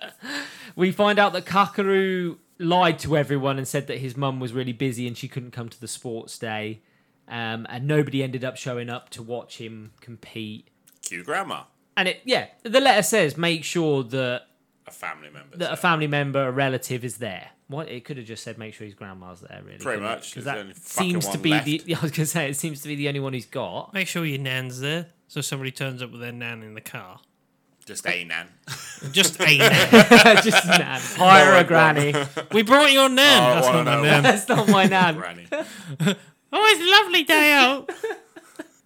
we find out that Kakaru lied to everyone and said that his mum was really busy and she couldn't come to the sports day. Um, and nobody ended up showing up to watch him compete.
Cue grandma.
And it, yeah, the letter says make sure that
a family member.
that a
so
family member, a relative is there. What it could have just said, make sure his grandma's there, really.
Pretty
couldn't it?
much.
'Cause
There's only
that
fucking
seems to
one
be
left.
the. I was gonna say it seems to be the only one he's got.
Make sure your nan's there. So somebody turns up with their nan in the car.
just a nan.
Just a nan.
just nan. Hire a granny.
we brought your nan.
Oh, I
That's
wanna
not my
know.
nan.
That's not my nan.
Granny.
Oh, it's a lovely day out.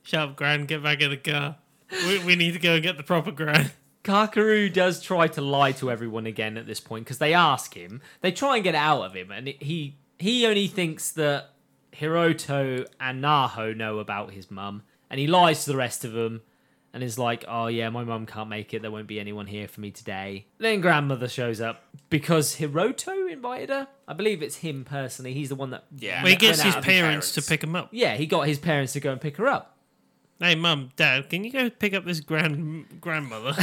Shut up, Gran. Get back in the car. We, we need to go and get the proper Gran.
Kakaroo does try to lie to everyone again at this point because they ask him. They try and get it out of him, and it- he he only thinks that Hiroto and Naho know about his mum, and he lies to the rest of them, and is like, "Oh yeah, my mum can't make it. There won't be anyone here for me today." Then grandmother shows up because Hiroto invited her. I believe it's him personally. He's the one that
Yeah.
Well, he
that
gets
went
his
out.
parents to
parents.
pick him up.
Yeah, he got his parents to go and pick her up.
Hey, mum, dad, can you go pick up this grand grandmother?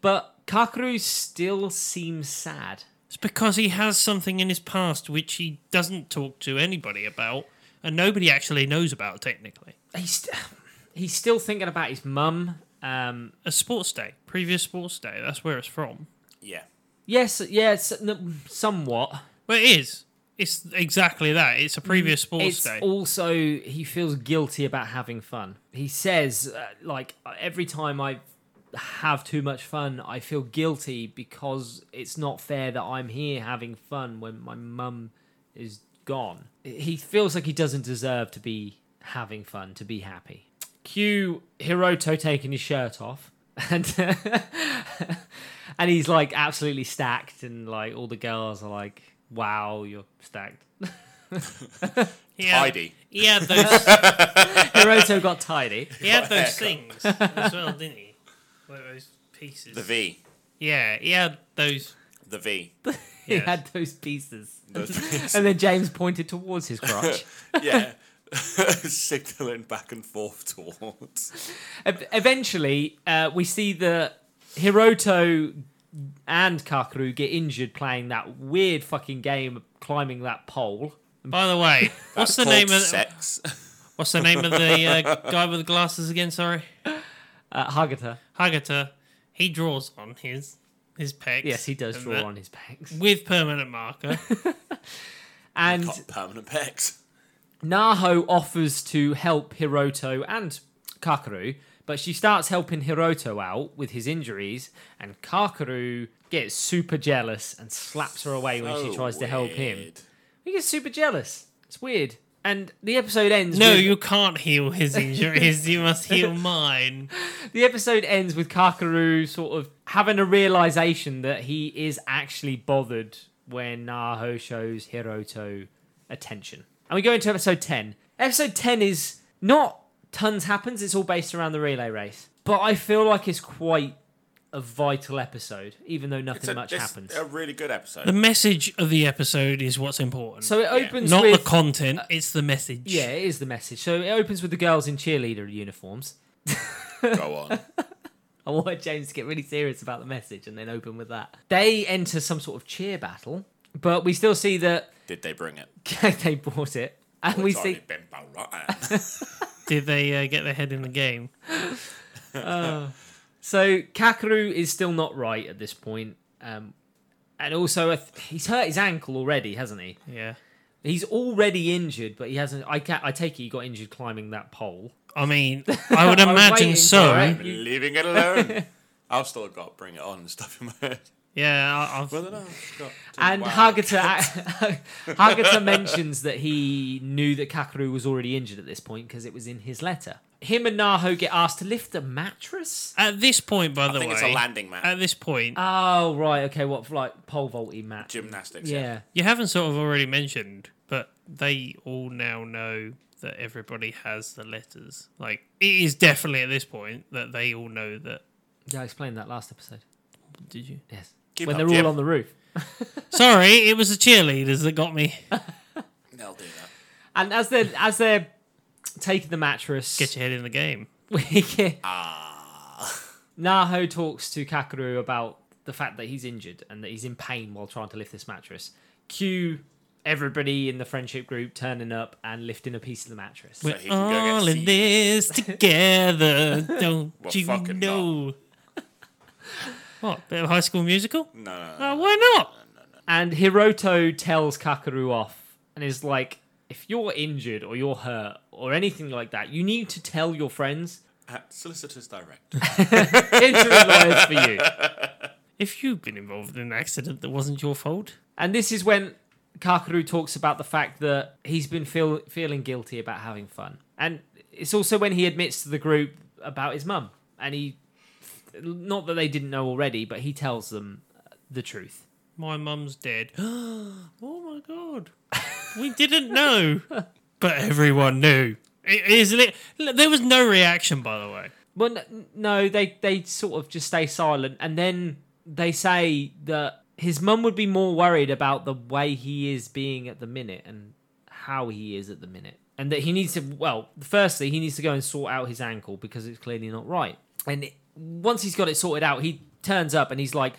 But Kakaroo still seems sad.
It's because he has something in his past which he doesn't talk to anybody about, and nobody actually knows about technically.
he's st- he's still thinking about his mum. Um,
A sports day, previous sports day, that's where it's from.
Yeah.
yes, yes, n- somewhat.
Well, it is. It's exactly that. It's a previous sports
Mm, It's
day.
also he feels guilty about having fun. He says, uh, like every time I have too much fun, I feel guilty because it's not fair that I'm here having fun when my mum is gone. He feels like he doesn't deserve to be having fun, to be happy. Cue Hiroto taking his shirt off and and he's like absolutely stacked and like all the girls are like, "Wow, you're stacked."
He had-
Tidy.
He had those,
Hiroto got tidy.
he had those things as well, didn't he? Like those pieces.
The V.
yeah, he had those.
The V.
He
Yes.
had those pieces.
The-
And then James pointed towards his crotch.
yeah. Signaling back and forth towards.
Ev- Eventually, uh, we see that Hiroto and Kakaru get injured playing that weird fucking game of climbing that pole.
By the way, what's the
Called
name of
sex?
what's the name of the uh, guy with the glasses again? Sorry.
Uh, Hagata.
Hagata, he draws on his his pecs.
Yes, he does
and
draw
that-
on his pecs.
with permanent marker.
And
Got permanent pecs.
Naho offers to help Hiroto and Kakaru, but she starts helping Hiroto out with his injuries, and Kakaru gets super jealous and slaps her away when she
So
tries to help him.
Oh, weird.
He gets super jealous. It's weird. And the episode ends.
no,
with,
you can't heal his injuries. You must heal mine.
The episode ends with Kakaru sort of having a realization that he is actually bothered when Naho shows Hiroto attention. And we go into episode 10. Episode 10 is not tons happens, it's all based around the relay race. But I feel like it's quite a vital episode, even though nothing
It's a,
much
it's
happens.
a really good episode.
The message of the episode is what's important.
so it opens
not
with
the content, it's the message.
Yeah, it is the message. So it opens with the girls in cheerleader uniforms.
Go on.
I wanted James to get really serious about the message and then open with that. They enter some sort of cheer battle, but we still see that
Did they bring it?
they bought it. And we
It's already
see
been brought.
Did they uh, get their head in the game?
so Kakaru is still not right at this point. Um, and also, I th- he's hurt his ankle already, hasn't he?
Yeah.
He's already injured, but he hasn't. I can I take it he got injured climbing that pole.
I mean, I would
I'm waiting
imagine
for
so.
it.
I'm leaving it alone. I've still got bring it on and stuff in my head.
Yeah, I- I've,
Well, then I've got to
And
Oh, wow.
Hagata Hagata mentions that he knew that Kakaru was already injured at this point because it was in his letter. Him and Naho get asked to lift a mattress.
at this point, by the
I think
way,
it's a landing mat.
at this point,
Oh right, okay. What for, like pole vaulting match?
Gymnastics.
Yeah,
you haven't sort of already mentioned, but they all now know that everybody has the letters. Like it is definitely at this point that they all know that.
yeah. I explained that last episode.
Did you?
Yes,
Keep
when
up,
they're all
Jim.
on the roof.
Sorry, it was the cheerleaders that got me.
They'll do that.
And as they're as they're taking the mattress,
Get your head in the game.
we get
Ah.
Naho talks to Kakaru about the fact that he's injured and that he's in pain while trying to lift this mattress. Cue everybody in the friendship group turning up and lifting a piece of the mattress.
We're-
We're
So he can go get
all in
seed.
this together, don't
Well,
you
fucking
know? What? Bit of High School Musical?
No, no, no.
Uh, why not?
And Hiroto tells Kakaru off and is like, if you're injured or you're hurt or anything like that, you need to tell your friends.
At Solicitors Direct.
Interim lawyers for you.
If you've been involved in an accident that wasn't your fault,
And this is when Kakaru talks about the fact that he's been feel, feeling guilty about having fun. And it's also when he admits to the group about his mum. And he, not that they didn't know already, but he tells them the truth.
my mum's dead. oh my god. We didn't know. but everyone knew. It is lit- there was no reaction by the way.
Well, n- no, they, they sort of just stay silent. And then they say that his mum would be more worried about the way he is being at the minute and how he is at the minute. And that he needs to, well, firstly, he needs to go and sort out his ankle because it's clearly not right. And it, once he's got it sorted out, he turns up and he's like,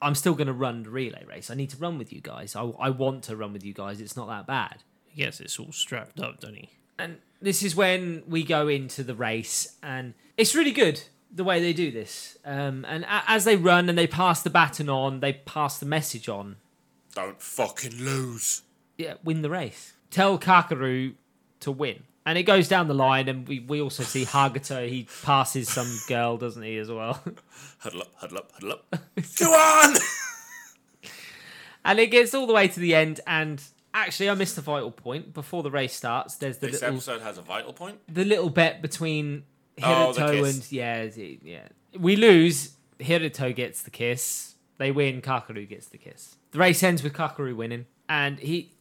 I'm still going to run the relay race. I need to run with you guys. I, I want to run with you guys. It's not that bad
He gets it's all strapped up, doesn't he?
and this is when we go into the race and it's really good the way they do this um, and a- as they run and they pass the baton on they pass the message on
Don't fucking lose.
yeah win the race tell kakaru to win and it goes down the line and we, we also see hagato he passes some girl doesn't he as well
Huddle up, huddle up, huddle up. Go on!
and it gets all the way to the end and actually i missed a vital point before the race starts there's the
this
little
episode has a vital point.
the little bet between
Oh,
Hiruto
the kiss.
and yeah, z- yeah. We lose. Hiruto gets the kiss. They win. Kakaru gets the kiss. The race ends with Kakaru winning, and he.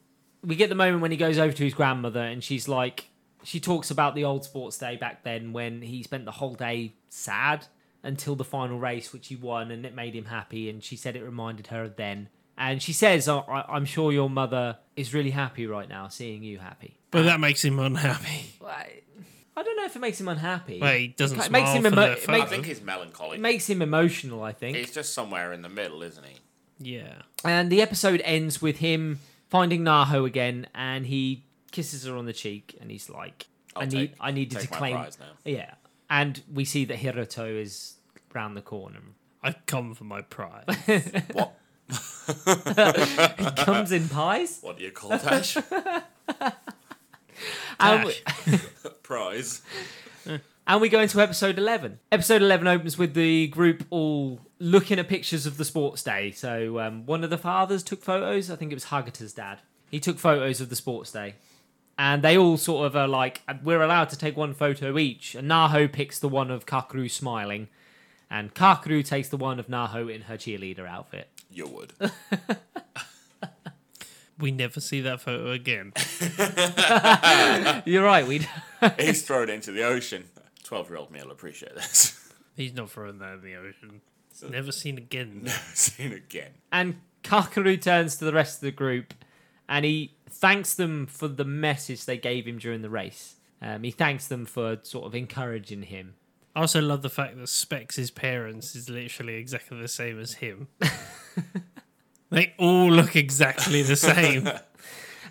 We get the moment when he goes over to his grandmother, and she's like, she talks about the old sports day back then when he spent the whole day sad until the final race, which he won, and it made him happy. And she said it reminded her of then. And she says, "I- I- "I'm sure your mother is really happy right now, seeing you happy."
But that makes him unhappy.
Well, I, I don't know if it makes him unhappy.
Well, he doesn't
It
smile
makes him
for
emo-
the
it
photo.
I think he's melancholy.
It makes him emotional, I think.
He's just somewhere in the middle, isn't he?
Yeah.
And the episode ends with him finding Naho again, and he kisses her on the cheek, and he's like, i
I'll
need,
take-
I needed
take
to
my
claim."
prize now.
Yeah, and we see that Hiroto is round the corner.
I've come for my pride.
What?
He comes in pies.
What do you call that?
And we,
Dash.
Prize.
and we go into episode 11. Episode 11 opens with the group all looking at pictures of the sports day. So um, one of the fathers took photos. I think it was Hagata's dad. He took photos of the sports day. And they all sort of are like, we're allowed to take one photo each. And Naho picks the one of Kakaru smiling. And Kakaru takes the one of Naho in her cheerleader outfit.
You would.
we never see that photo again.
You're right, we
He's thrown into the ocean. 12 year old me will appreciate this.
He's not throwing that in the ocean. It's never seen again.
Seen again.
And Kakaru turns to the rest of the group and he thanks them for the message they gave him during the race. Um, he thanks them for sort of encouraging him.
I also love the fact that Specs' parents is literally exactly the same as him. they all look exactly the same.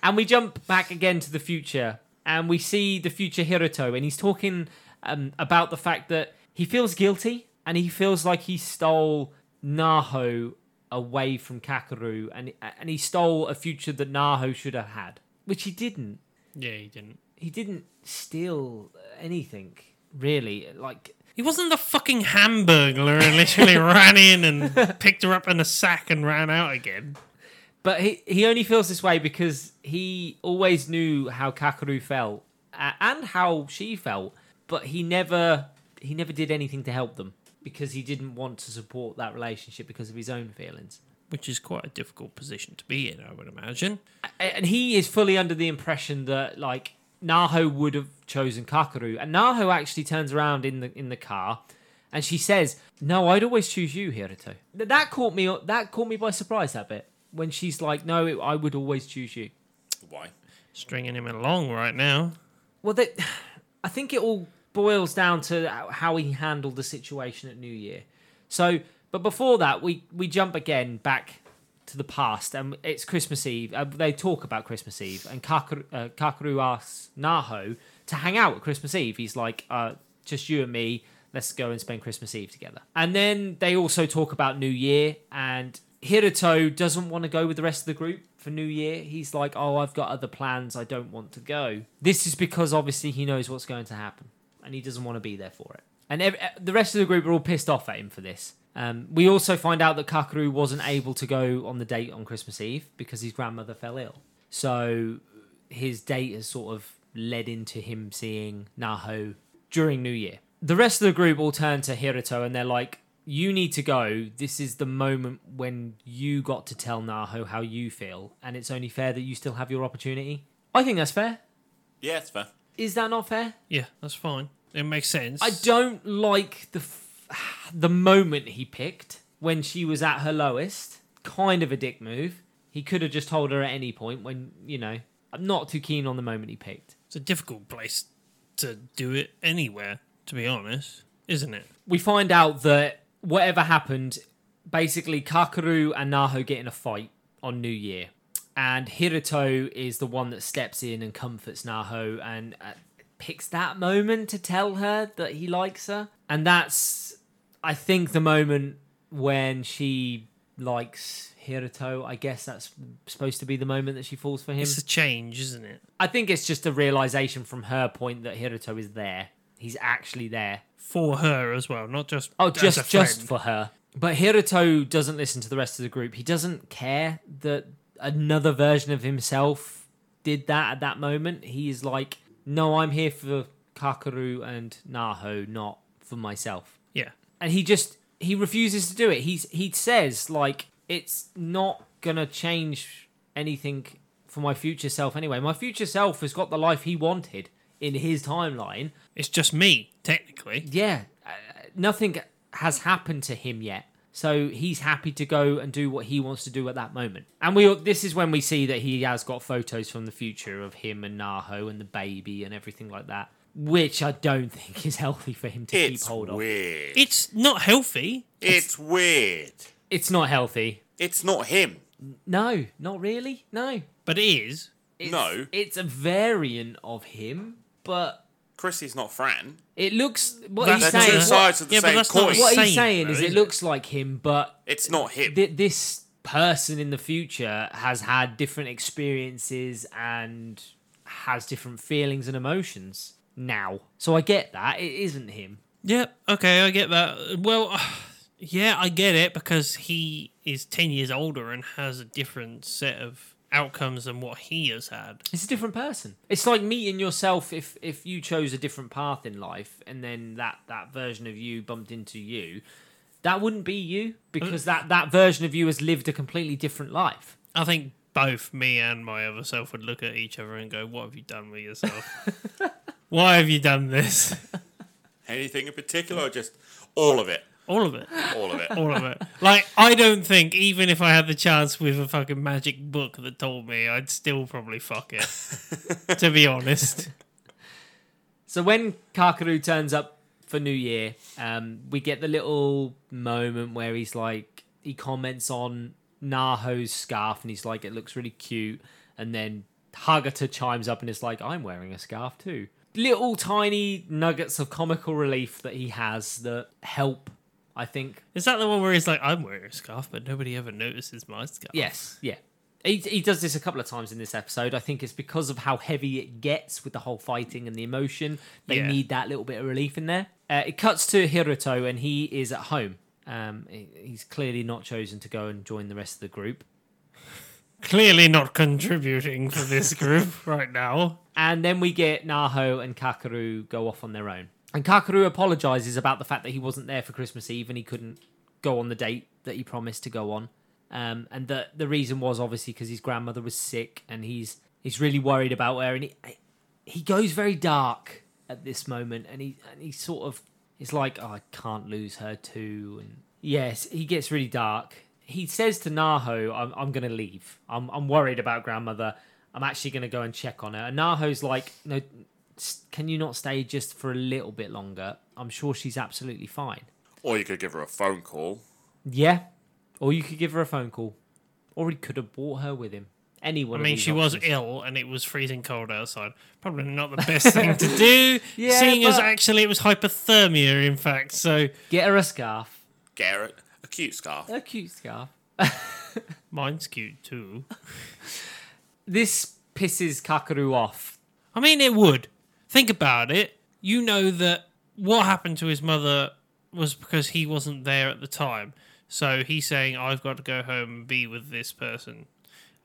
And we jump back again to the future and we see the future Hiroto and he's talking um, about the fact that he feels guilty and he feels like he stole Naho away from Kakaru and, and he stole a future that Naho should have had, which he didn't.
yeah, he didn't.
he didn't steal anything really like
He wasn't the fucking hamburglar who literally ran in and picked her up in a sack and ran out again.
but he, he only feels this way because he always knew how kakaru felt a- and how she felt but he never he never did anything to help them because he didn't want to support that relationship because of his own feelings
Which is quite a difficult position to be in, I would imagine.
A- and he is fully under the impression that like Naho would have chosen Kakaru, and Naho actually turns around in the in the car, and she says, "No, I'd always choose you, Hiruto." Th- That caught me that caught me by surprise that bit when she's like, "No, it, I would always choose you."
Why?
Stringing him along right now.
Well, that I think it all boils down to how he handled the situation at New Year. So, but before that, we we jump again back to the past, and it's Christmas Eve. Uh, they talk about Christmas Eve, and Kakaru, uh, Kakaru asks Naho to hang out at Christmas Eve. He's like, uh, "Just you and me. Let's go and spend Christmas Eve together. And then they also talk about New Year, and Hiruto doesn't want to go with the rest of the group for New Year. He's like, Oh, I've got other plans. I don't want to go. This is because obviously he knows what's going to happen, and he doesn't want to be there for it. And ev- eh, the rest of the group are all pissed off at him for this. Um, we also find out that Kakaru wasn't able to go on the date on Christmas Eve because his grandmother fell ill. So his date has sort of led into him seeing Naho during New Year. The rest of the group all turn to Hiruto and they're like, You need to go. This is the moment when you got to tell Naho how you feel, and it's only fair that you still have your opportunity. I think that's fair.
Yeah, it's fair.
Is that not fair?
Yeah, that's fine. It makes sense.
I don't like the f- the moment he picked when she was at her lowest. Kind of a dick move. He could have just told her at any point when you know. I'm not too keen on the moment he picked.
It's a difficult place to do it anywhere, to be honest, isn't it?
We find out that whatever happened, basically Kakaru and Naho get in a fight on New Year, and Hiruto is the one that steps in and comforts Naho and uh, picks that moment to tell her that he likes her, and that's I think the moment when she likes Hiruto, I guess that's supposed to be the moment that she falls for him.
It's a change, isn't it?
I think it's just a realization from her point that Hiruto is there. He's actually there.
For her as well, not just
Oh,
as a
just just
friend.
for her. But Hiruto doesn't listen to the rest of the group. He doesn't care that another version of himself did that at that moment. He is like, no, I'm here for Kakaru and Naho, not for myself.
yeah.
And he just he refuses to do it. He's he says like it's not gonna change anything for my future self anyway. My future self has got the life he wanted in his timeline.
It's just me, technically.
Yeah, uh, nothing has happened to him yet. So he's happy to go and do what he wants to do at that moment. And we this is when we see that he has got photos from the future of him and Naho and the baby and everything like that, which I don't think is healthy for him to
It's
keep hold of.
weird.
It's not healthy.
It's weird.
It's not healthy.
It's not him.
No, not really. No.
But it is.
It's,
No.
It's a variant of him, but
Chrissy's not Fran.
it looks what
That's
he's
They're two
what-
saying. What,
sides of the
yeah, but
same
that's not
coin.
the
what he's
same,
saying
though,
is
is
it
it?
looks like him, but
It's not him.
th- this person in the future has had different experiences and has different feelings and emotions now. So I get that it isn't him.
Yep. Okay, I get that. Well, yeah, I get it because he is 10 years older and has a different set of outcomes than what he has had.
It's a different person. It's like meeting yourself if if you chose a different path in life and then that that version of you bumped into you. That wouldn't be you because that that version of you has lived a completely different life.
I think both me and my other self would look at each other and go, What have you done with yourself? Why have you done this?
Anything in particular or just all of it?
All of it.
All of it.
All of it. Like, I don't think, even if I had the chance with a fucking magic book that told me, I'd still probably fuck it. to be honest.
So when Kakaru turns up for New Year, um, we get the little moment where he's like, he comments on Naho's scarf and he's like, it looks really cute. And then Hagata chimes up and is like, I'm wearing a scarf too. Little tiny nuggets of comical relief that he has that help, I think.
Is that the one where he's like, I'm wearing a scarf, but nobody ever notices my scarf?
Yes, yeah. He, he does this a couple of times in this episode. I think it's because of how heavy it gets with the whole fighting and the emotion. They
Yeah.
need that little bit of relief in there. Uh, it cuts to Hiruto, and he is at home. Um, he- he's clearly not chosen to go and join the rest of the group.
Clearly not contributing for this group right now.
And then we get Naho and Kakaru go off on their own. And Kakaru apologizes about the fact that he wasn't there for Christmas Eve and he couldn't go on the date that he promised to go on. Um, and the the reason was obviously because his grandmother was sick and he's he's really worried about her. And he he goes very dark at this moment, and he and he sort of is like, oh, I can't lose her too. And yes, he gets really dark. He says to Naho, I'm, I'm going to leave. I'm, I'm worried about grandmother. I'm actually going to go and check on her. And Naho's like, no, s- can you not stay just for a little bit longer? I'm sure she's absolutely fine.
Or you could give her a phone call.
Yeah. Or you could give her a phone call. Or he could have brought her with him. Anyone.
I mean, she was ill and it was freezing cold outside. Probably not the best thing to do,
Yeah,
seeing as
but-
actually it was hypothermia, in fact. So
Get her a scarf.
Garrett, a cute scarf.
A cute scarf.
mine's cute too.
This pisses Kakaru off.
I mean, it would. Think about it. You know that what happened to his mother was because he wasn't there at the time. So he's saying, I've got to go home and be with this person.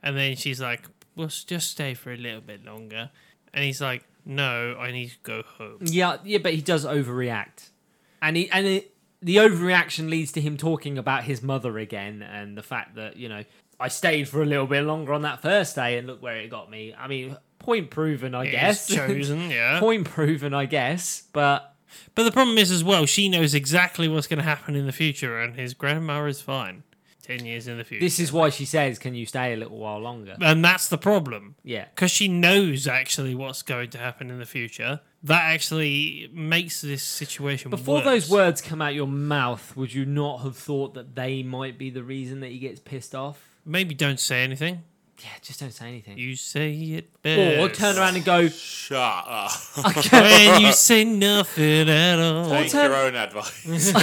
And then she's like, Well, s- just stay for a little bit longer. And he's like, No, I need to go home.
Yeah, yeah, but he does overreact, and he and it, the overreaction leads to him talking about his mother again and the fact that you know I stayed for a little bit longer on that first day and look where it got me. I mean, point proven, I
It
guess.
is Chosen, yeah.
point proven, I guess. But
But the problem is, as well, she knows exactly what's going to happen in the future, and his grandma is fine 10 years in the future.
this is why she says, "Can you stay a little while longer?"
and that's the problem.
Yeah,
because she knows actually what's going to happen in the future. That actually makes this situation
Before
worse.
those words come out your mouth, would you not have thought that they might be the reason that he gets pissed off?
Maybe don't say anything.
Yeah, just don't say anything.
You say it best.
or turn around and go,
Shut up.
when you say nothing at all.
Take your own advice.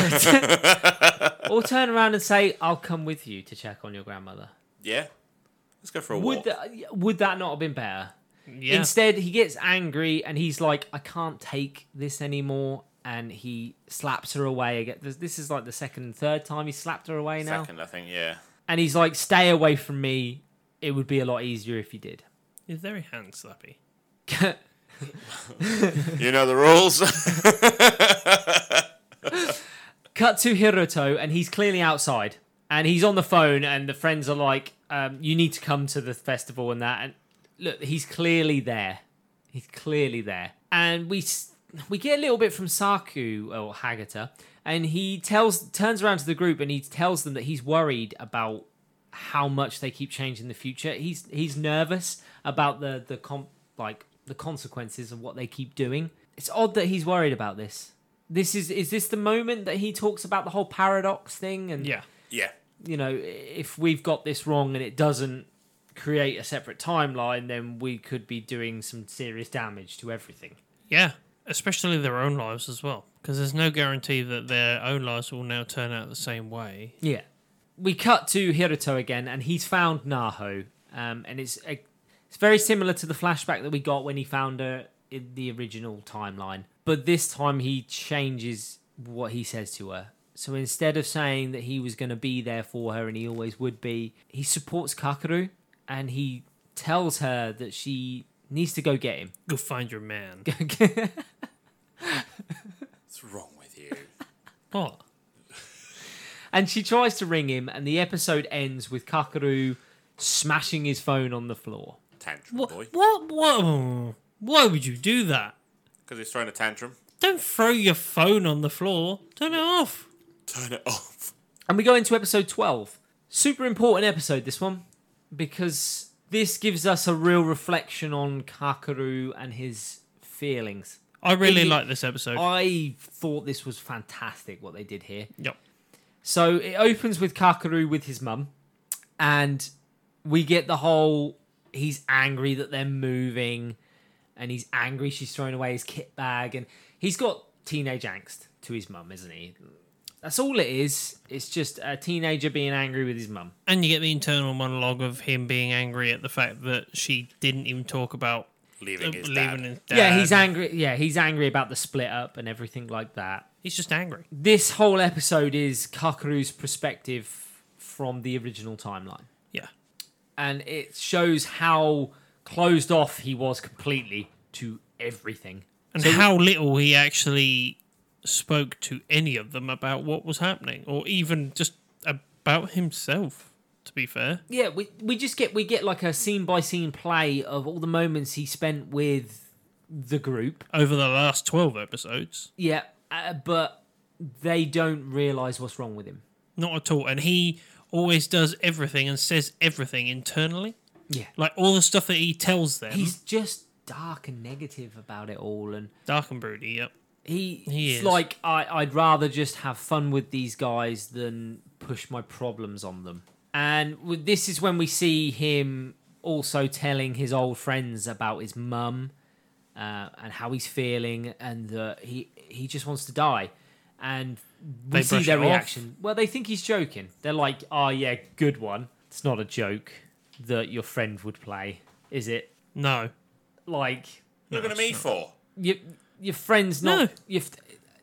or turn around and say, "I'll come with you to check on your grandmother."
yeah. Let's go for a
Would
walk.
that would that not have been better?
Yeah.
Instead, he gets angry and he's like, "I can't take this anymore," and he slaps her away again. This, this is like the second, and third time he slapped her away now,
Second, I think, yeah.
and he's like, "Stay away from me. It would be a lot easier if you did."
He's very hand slappy.
You know the rules.
Cut to Hiroto, and he's clearly outside, and he's on the phone, and the friends are like, um, "You need to come to the festival and that." And look, he's clearly there. He's clearly there, and we s- we get a little bit from Saku or Hagata, and he tells turns around to the group and he tells them that he's worried about how much they keep changing the future. He's he's nervous about the the com- like the consequences of what they keep doing. It's odd that he's worried about this. This is is this the moment that he talks about the whole paradox thing and
Yeah.
yeah.
you know if we've got this wrong and it doesn't create a separate timeline then we could be doing some serious damage to everything.
Yeah. Especially their own lives as well. Because there's no guarantee that their own lives will now turn out the same way.
Yeah. We cut to Hiroto again, and he's found Naho, um, and it's uh, it's very similar to the flashback that we got when he found her in the original timeline. But this time he changes what he says to her. So instead of saying that he was going to be there for her and he always would be, he supports Kakaru and he tells her that she needs to go get him.
Go find your man.
What's wrong with you?
what?
And she tries to ring him, and the episode ends with Kakaru smashing his phone on the floor.
Tantrum
What?
boy.
What? What? Why would you do that?
Because he's throwing a tantrum.
Don't throw your phone on the floor. Turn it off.
Turn it off.
And we go into episode 12. Super important episode, this one, because this gives us a real reflection on Kakaru and his feelings.
I really
He-
like this episode.
I thought this was fantastic what they did here.
yep.
So it opens with Kakaru with his mum, and we get the whole he's angry that they're moving, and he's angry she's throwing away his kit bag, and he's got teenage angst to his mum, isn't he? That's all it is. It's just a teenager being angry with his mum.
And you get the internal monologue of him being angry at the fact that she didn't even talk about uh,
Leaving his
leaving
dad.
his dad.
Yeah, he's angry. Yeah, he's angry about the split up and everything like that.
He's just angry.
This whole episode is Kakaru's perspective from the original timeline.
Yeah.
and it shows how closed off he was completely to everything.
And how little he actually spoke to any of them about what was happening or even just about himself, to be fair.
Yeah, we we just get we get like a scene by scene play of all the moments he spent with the group.
Over the last 12 episodes.
Yeah, uh, but they don't realize what's wrong with him.
Not at all. And he always does everything and says everything internally.
Yeah.
Like all the stuff that he tells them.
He's just dark and negative about it all and
dark and broody, yep.
he,
He
it's
is.
like I, I'd rather just have fun with these guys than push my problems on them. And w- this is when we see him also telling his old friends about his mum uh, and how he's feeling, and that he he just wants to die. And we
They
see
brush
their
it off.
reaction. Well, they think he's joking. They're like, "Oh yeah, good one. It's not a joke that your friend would play, is it?"
No.
Like
Looking at me for.
your your friend's not.
No.
Your, f-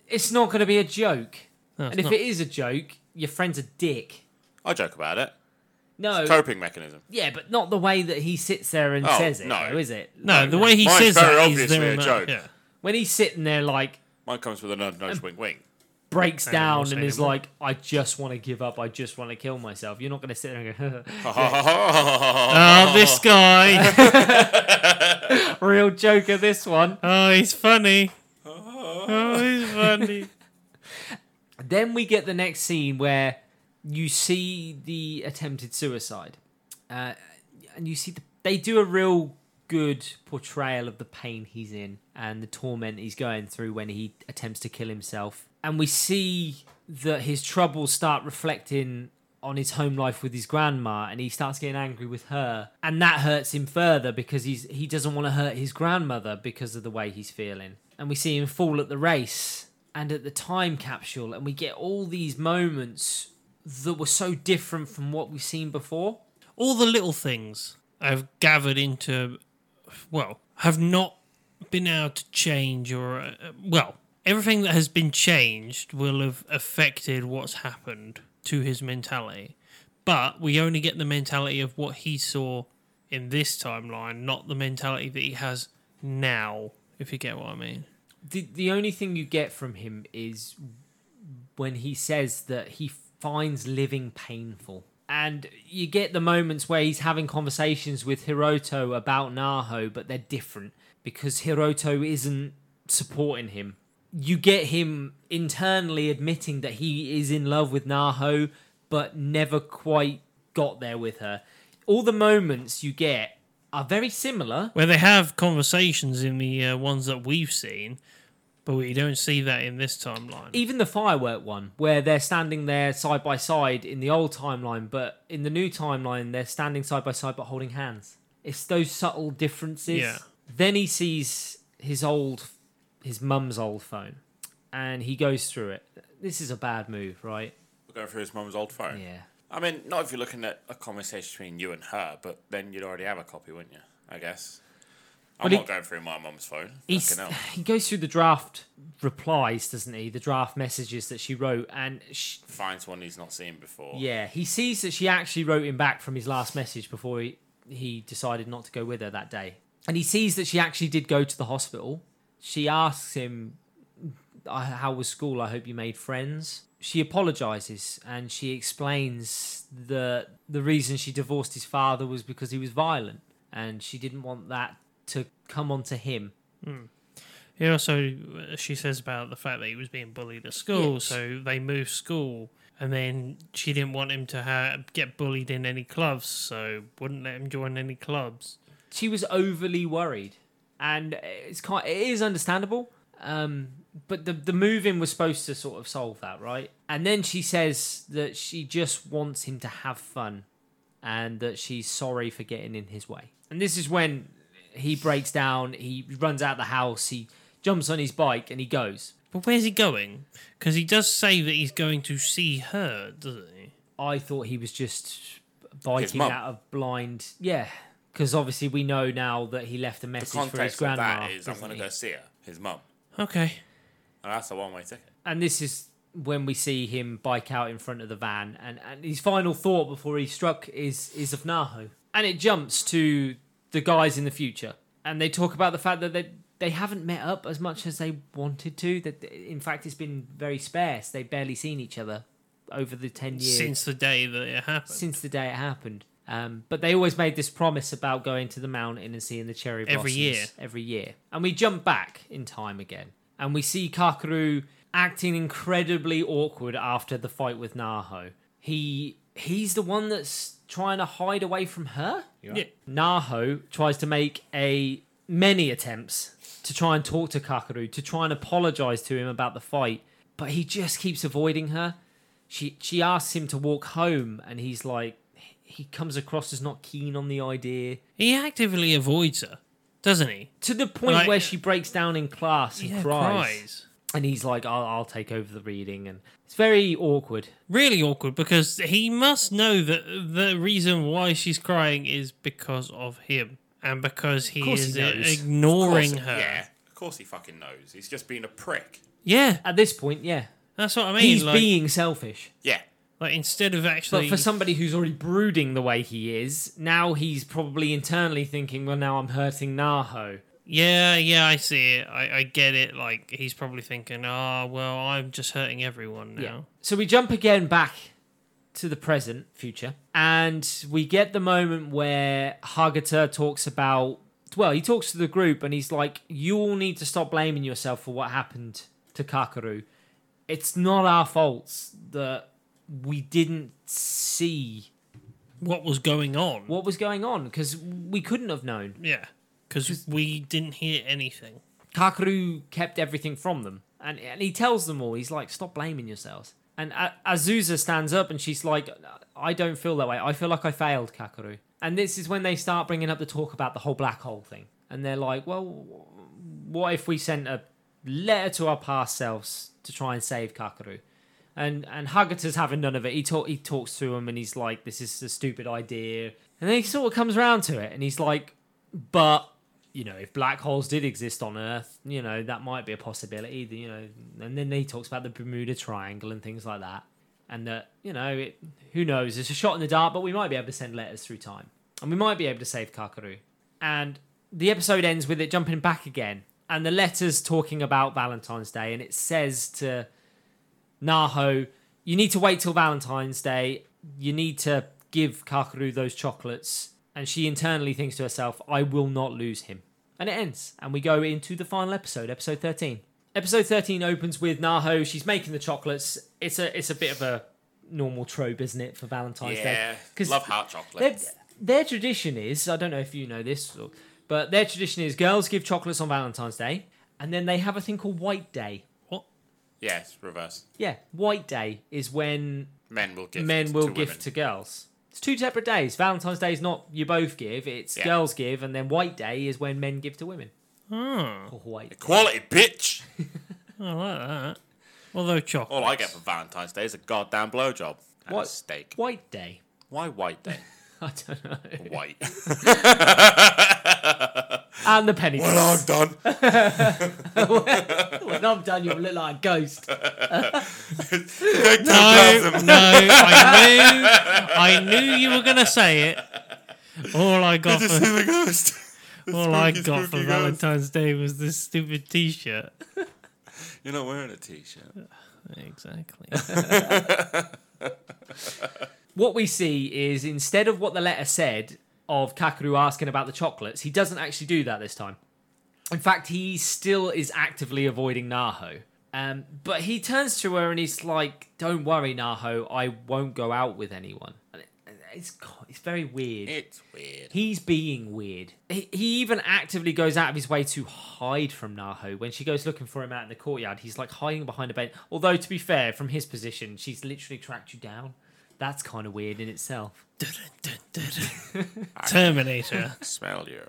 it's not going to be a joke.
No, it's
and if
not.
it is a joke, your friend's a dick.
I joke about it.
No,
Coping mechanism.
yeah, but not the way that he sits there and
Oh,
says it,
no.
though, is it?
no, the way he
Mine's
says
very
that is
obviously
there
a
and that-
joke.
Yeah.
when he's sitting there like
Mine comes with a nudge,
Um,
nudge, wink, wink.
breaks
Hang on,
down
we'll
and
say
is
no more.
like, I just want to give up. I just want to kill myself. You're not going to sit there and go, Uh-huh.
Oh, this guy.
Oh.
real joker, this one.
oh, he's funny. Oh, he's funny.
Then we get the next scene where you see the attempted suicide, uh, and you see the, they do a real good portrayal of the pain he's in and the torment he's going through when he attempts to kill himself. And we see that his troubles start reflecting on his home life with his grandma and he starts getting angry with her and that hurts him further because he's he doesn't want to hurt his grandmother because of the way he's feeling and we see him fall at the race and at the time capsule and we get all these moments that were so different from what we've seen before
all the little things I've gathered into, well, have not been able to change or, uh, well, everything that has been changed will have affected what's happened to his mentality. But we only get the mentality of what he saw in this timeline, not the mentality that he has now, if you get what I mean.
the the only thing you get from him is when he says that he finds living painful. And you get the moments where he's having conversations with Hiroto about Naho, but they're different because Hiroto isn't supporting him. You get him internally admitting that he is in love with Naho, but never quite got there with her. All the moments you get are very similar,
Where they have conversations in the uh, ones that we've seen, but we don't see that in this timeline.
even the firework one where they're standing there side by side in the old timeline but in the new timeline they're standing side by side but holding hands it's those subtle differences
Yeah.
then he sees his old his mum's old phone and he goes through it this is a bad move right
We're going through his mum's old phone.
yeah
I mean, not if you're looking at a conversation between you and her, but then you'd already have a copy, wouldn't you? I guess. I'm
But he-
not going through my mum's phone.
He's,
Fucking hell.
he goes through the draft replies doesn't he the draft messages that she wrote and sh
Finds one he's not seen before.
Yeah, he sees that she actually wrote him back from his last message before he, he decided not to go with her that day. And he sees that she actually did go to the hospital. She asks him, "I- How was school? I hope you made friends. She apologizes and she explains that the reason she divorced his father was because he was violent and she didn't want that to come onto him.
He also, uh, she says about the fact that he was being bullied at school,
Yes.
so they moved school, and then she didn't want him to ha- get bullied in any clubs, so wouldn't let him join any clubs.
she was overly worried, and it's kind. It is understandable. Um, but the the moving was supposed to sort of solve that, right? And then she says that she just wants him to have fun, and that she's sorry for getting in his way. And this is when he breaks down. He runs out the house. He jumps on his bike and he goes.
But where's he going? Because he does say that he's going to see her, doesn't he?
I thought he was just biting
mum.
out of blind. Yeah, because obviously we know now that he left a
The
message for his
context of
grandma.
that is I'm going
doesn't
to
he?
go see her, his mum.
Okay.
And that's a one way ticket.
and this is when we see him bike out in front of the van and, and his final thought before he's struck is is of Naho. And it jumps to the guys in the future. And they talk about the fact that they they haven't met up as much as they wanted to. That in fact it's been very sparse. They've barely seen each other over the ten years
Since the day that it happened.
since the day it happened. Um, but they always made this promise about going to the mountain and seeing the cherry blossoms
Every year.
Every year, and we jump back in time again, and we see Kakaru acting incredibly awkward after the fight with Naho. He he's the one that's trying to hide away from her.
yeah.
Naho tries to make a many attempts to try and talk to Kakaru, to try and apologize to him about the fight, but he just keeps avoiding her. She she asks him to walk home and he's like "H- he comes across as not keen on the idea
He actively avoids her, doesn't he?
to the point
Like-
where she breaks down in class and
Yeah,
cries.
cries.
and he's like I'll, I'll take over the reading and it's very awkward
Really awkward because he must know that the reason why she's crying is because of him and because he
course he
is
knows.
Of course-
ignoring her.
Yeah, of course he fucking knows. He's just being a prick.
Yeah,
at this point yeah
that's what I mean.
he's
like,
being selfish
Yeah,
like instead of
but
actually
for somebody who's already brooding the way he is now he's probably internally thinking well now i'm hurting naho
Yeah, yeah, I see it. I, I get it. Like he's probably thinking, "Ah, well, I'm just hurting everyone now."
Yeah. So we jump again back to the present, future, and we get the moment where Hagata talks about. Well, he talks to the group and he's like, "You all need to stop blaming yourself for what happened to Kakaru. It's not our faults that we didn't see
What was going on?
what was going on because we couldn't have known.
Yeah, because we didn't hear anything.
Kakaru kept everything from them, and and he tells them all. He's like, "Stop blaming yourselves." And A- Azusa stands up and she's like, I don't feel that way. I feel like I failed Kakaru. And this is when they start bringing up the talk about the whole black hole thing. And they're like, well, what if we sent a letter to our past selves to try and save Kakaru? And and Hagata's having none of it. He talk, he talks to him and he's like, this is a stupid idea. And then he sort of comes around to it and he's like, but you know, if black holes did exist on Earth, you know that might be a possibility. You know, and then he talks about the Bermuda Triangle and things like that and that you know it, who knows it's a shot in the dark but we might be able to send letters through time and we might be able to save kakaru and the episode ends with it jumping back again and the letters talking about valentine's day and it says to naho you need to wait till valentine's day you need to give kakaru those chocolates and she internally thinks to herself i will not lose him and it ends and we go into the final episode episode 13 episode 13 opens with naho she's making the chocolates it's a it's a bit of a normal trope isn't it for valentine's
yeah.
day because
Love heart
their,
chocolate.
their tradition is i don't know if you know this or- but their tradition is girls give chocolates on valentine's day and then they have a thing called white day
What?
Yeah, it's reverse.
yeah white day is when
Men will gift.
men will
to
gift
women.
to girls. It's two separate days. Valentine's Day is not you both give; it's
Yeah.
girls give, and then White Day is when men give to women.
Oh,
Hmm.
Or White.
Quality bitch.
I like that. Although chocolate.
All I get for Valentine's Day is a goddamn blowjob and
What?
a steak.
White Day.
Why white day?
I don't know.
White.
And the penny.
well, I'm done.
when I'm done, you'll look like a ghost.
Take
no,
that
no, I knew, I knew you were gonna say it. All I got
Just
for
see the ghost.
all I
spooky,
got for
spooky ghost.
Valentine's Day was this stupid T-shirt.
You're not wearing a t-shirt.
Exactly.
What we see is instead of what the letter said of Kakaru asking about the chocolates, he doesn't actually do that this time. In fact, he still is actively avoiding Naho. Um, but he turns to her and he's like, "Don't worry, Naho. I won't go out with anyone." And it- It's it's very weird.
It's weird.
He's being weird. He, he even actively goes out of his way to hide from Naho. When she goes looking for him out in the courtyard, he's like hiding behind a bench. Although, to be fair, from his position, she's literally tracked you down. That's kind of weird in itself.
Terminator.
Smell you.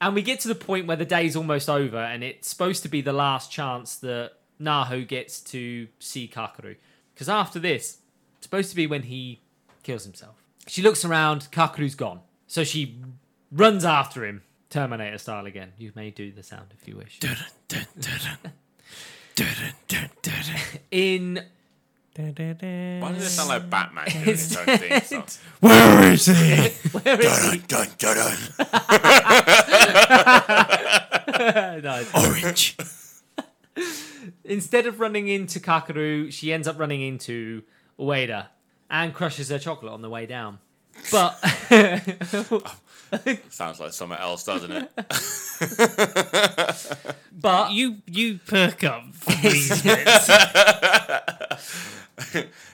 And we get to the point where the day's almost over, and it's supposed to be the last chance that Naho gets to see Kakaru. Because after this, it's supposed to be when he kills himself. She looks around, Kakaru's gone. So she runs after him, Terminator style again. You may do the sound if you wish. In
Why does it sound like Batman doing his own theme song?
Where is he?
where is
Dun, dun, dun, dun.
no,
Orange.
instead of running into Kakaru, she ends up running into Ueda and crushes her chocolate on the way down. But
Sounds like something else, doesn't it?
but
You you perk up for these bits.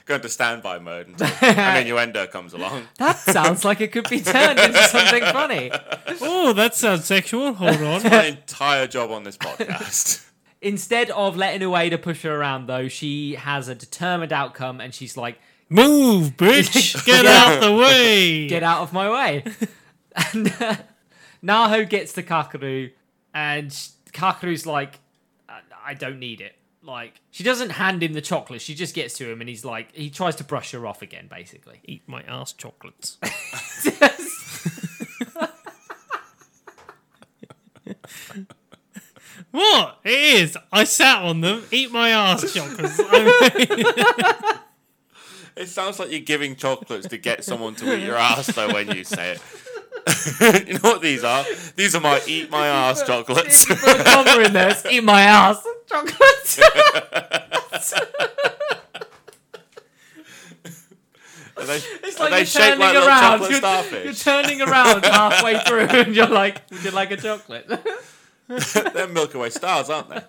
Go into standby mode until an innuendo comes along.
That sounds like it could be turned into something funny.
Oh, that sounds sexual. Hold on.
My entire job on this podcast.
Instead of letting Ueda push her around, though, she has a determined outcome and she's like,
Move, bitch! Get out the way!
get out of my way. and uh, Naho gets to Kakaru, and sh- Kakaru's like, I-, I don't need it. Like, she doesn't hand him the chocolate. She just gets to him, and he's like, he tries to brush her off again, basically.
Eat my ass chocolates. what? It is. I sat on them. Eat my ass chocolates. I'm-
It sounds like you're giving chocolates to get someone to eat your ass though when you say it. you know what these are? These are my eat my ass chocolates.
Put a comma in there. It's in my ass. Chocolate.
Are they,
It's
are
like
they
you're
shaped
turning
like little
around.
chocolate
You're, you're
starfish?
turning around halfway through, and you're like, "Would you like a chocolate?"
They're Milky Way stars, aren't they?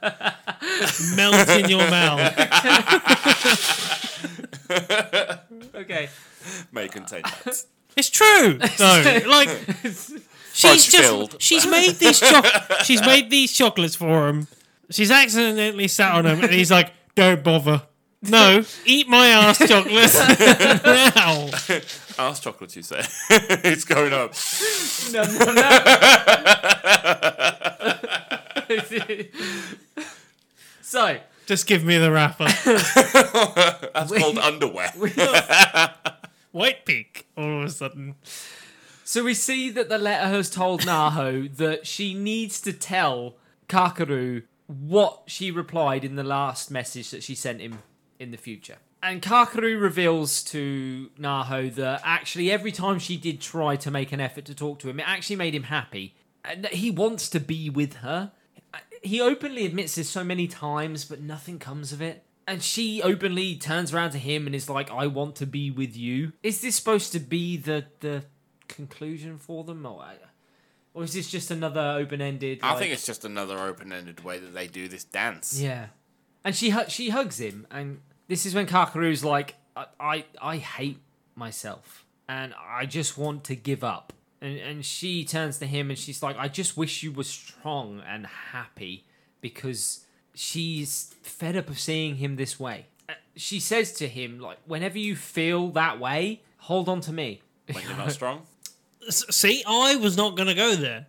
Melt in your mouth.
okay.
May contain that.
It's true. No, like she's just
filled.
she's made these choc- she's made these chocolates for him. She's accidentally sat on him, and he's like, "Don't bother." No, eat my ass chocolates now.
Ass chocolates, you say? it's going up.
No, no, no. so
Just give me the wrapper.
That's called underwear.
White Peak. All of a sudden,
So we see that the letter has told Naho that she needs to tell Kakaru what she replied in the last message that she sent him in the future. And Kakaru reveals to Naho that actually every time she did try to make an effort to talk to him, it actually made him happy. And that he wants to be with her. He openly admits this so many times, but nothing comes of it. And she openly turns around to him and is like, I want to be with you. Is this supposed to be the the conclusion for them? Or, uh, or is this just another open ended?
I think it's just another open-ended way that they do this dance.
Yeah. And she hu- she hugs him, and this is when Kakaru's like, I, I I hate myself, and I just want to give up. And and she turns to him, and she's like, I just wish you were strong and happy, because she's fed up of seeing him this way. Uh, She says to him, like, whenever you feel that way, hold on to me.
When you're not strong.
S- see, I was not going to go there.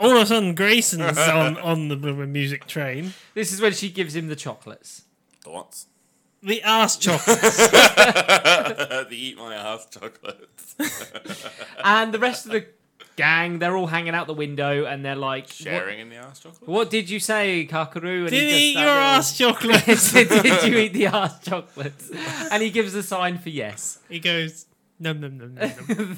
All of a sudden, Grayson's on on the blooming music train.
This is when she gives him the chocolates.
Thoughts?
The ass chocolate.
Uh, the eat my ass chocolates.
And the rest of the gang, they're all hanging out the window, and they're like, "What-
Sharing in the ass chocolate?
What did you say, Kakaru? And
Did
just
he eat
that
your
little-
ass chocolates?
Did you eat the ass chocolates? And he gives a sign for yes.
he goes, num num num num. num."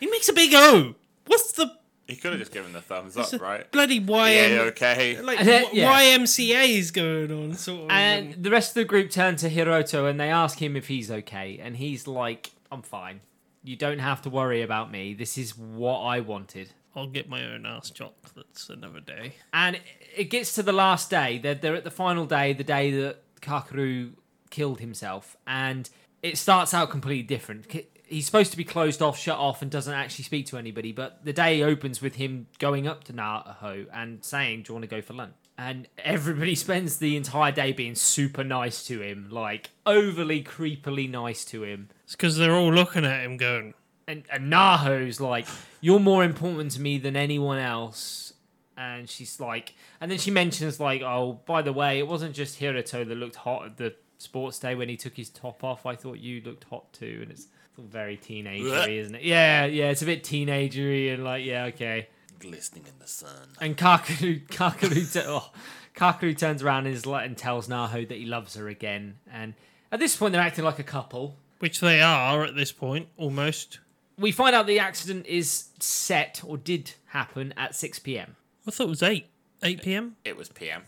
He makes a big O. What's the
He could have just given the thumbs up, right?
bloody
Yeah,
YM,
okay.
like
Uh,
wh-
yeah.
YMCA's going on? Sort of.
And the rest of the group turn to Hiroto and they ask him if he's okay. And he's like, I'm fine. You don't have to worry about me. This is what I wanted.
I'll get my own ass chocolates another day.
And it gets to the last day. They're, they're at the final day, the day that Kakaru killed himself. And it starts out completely different. K- He's supposed to be closed off, shut off, and doesn't actually speak to anybody. But the day opens with him going up to Naho and saying, Do you want to go for lunch? And everybody spends the entire day being super nice to him, like overly creepily nice to him.
It's because they're all looking at him going,
And, and Naho's like, You're more important to me than anyone else and she's like, and then she mentions like, oh, by the way, it wasn't just Hiroto that looked hot at the sports day when he took his top off. I thought you looked hot too, and it's all very teenagery, isn't it? Yeah, yeah, it's a bit teenagery and like, yeah, okay.
Glistening in the sun.
And Kakaru, Kakaru, tu- oh, Kakaru turns around and, is like, and tells Naho that he loves her again. And at this point, they're acting like a couple.
which they are at this point almost.
We find out the accident is set or did happen at 6 p.m.
I thought it was eight, eight p.m.
It was PM.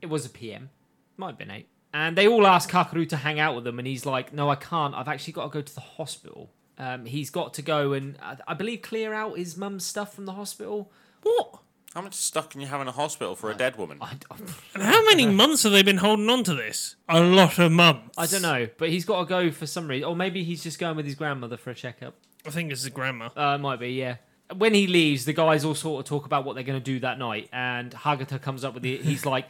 it was a PM. Might have been eight. And they all ask Kakaru to hang out with them, and he's like, "No, I can't. I've actually got to go to the hospital. Um, he's got to go and I, I believe clear out his mum's stuff from the hospital.
What?
How much stuff can you have in a hospital for a dead woman?
I,
And how many months have they been holding on to this? A lot of months.
I don't know, but he's got to go for some reason, or maybe he's just going with his grandmother for a checkup.
I think it's the grandma.
Uh, it might be, yeah. When he leaves, the guys all sort of talk about what they're going to do that night, and Hagata comes up with the. He's like,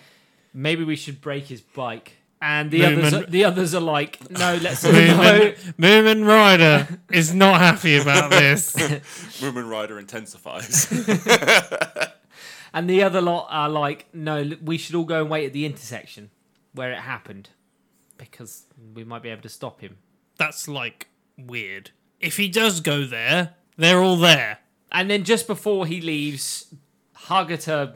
maybe we should break his bike. and the
Moomin-
others, are, the others are like, no, let's no.
Moomin, Moomin Rider is not happy about this.
Moomin Rider intensifies.
And the other lot are like, no, l- we should all go and wait at the intersection where it happened because we might be able to stop him.
That's like weird. If he does go there, they're all there.
And then just before he leaves, Hagata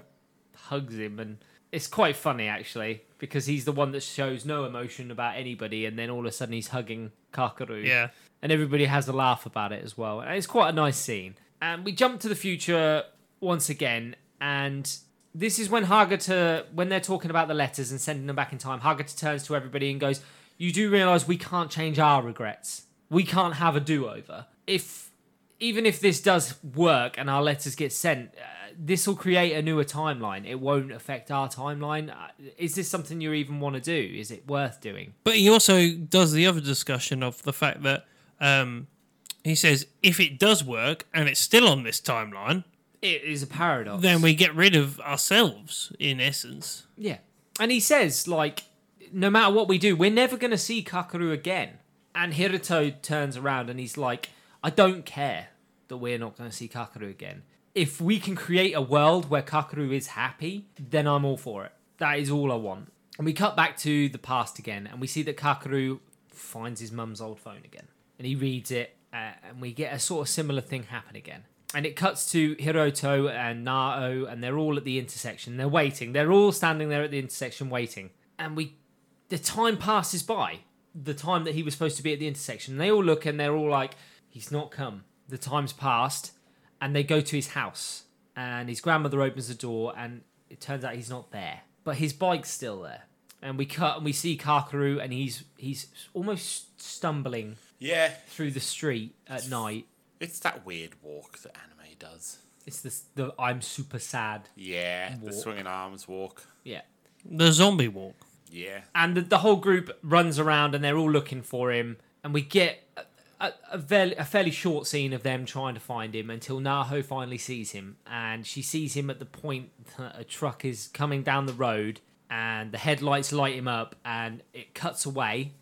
hugs him, and it's quite funny actually because he's the one that shows no emotion about anybody, and then all of a sudden he's hugging Kakaru.
Yeah.
and everybody has a laugh about it as well. And it's quite a nice scene. And we jump to the future once again, and this is when Hagata, when they're talking about the letters and sending them back in time, Hagata turns to everybody and goes, "You do realize we can't change our regrets. We can't have a do-over. If even if this does work and our letters get sent." Uh, this will create a newer timeline. It won't affect our timeline. Uh, Is this something you even want to do? Is it worth doing?
But he also does the other discussion of the fact that um, he says if it does work and it's still on this timeline,
It is a paradox.
then we get rid of ourselves in essence.
Yeah. And he says, like, no matter what we do, we're never going to see Kakaru again. And Hiruto turns around and he's like, I don't care that we're not going to see Kakaru again. If we can create a world where Kakaru is happy, then I'm all for it. That is all I want. And we cut back to the past again and we see that Kakaru finds his mum's old phone again. And he reads it uh, and we get a sort of similar thing happen again. And it cuts to Hiroto and Nao, and they're all at the intersection. They're waiting. They're all standing there at the intersection waiting. And we, the time passes by. The time that he was supposed to be at the intersection. And they all look and they're all like, "He's not come." The time's passed, and they go to his house. And his grandmother opens the door, and it turns out he's not there, but his bike's still there. And we cut and we see Kakaru, and he's he's almost stumbling
yeah,
through the street at night.
it's that weird walk that anime does.
It's this the I'm super sad.
Yeah, the
Walk.
swinging arms walk.
Yeah.
The zombie walk.
Yeah,
And the, the whole group runs around and they're all looking for him. And we get a, a, a, fairly, a fairly short scene of them trying to find him until Naho finally sees him. And she sees him at the point that a truck is coming down the road and the headlights light him up and it cuts away.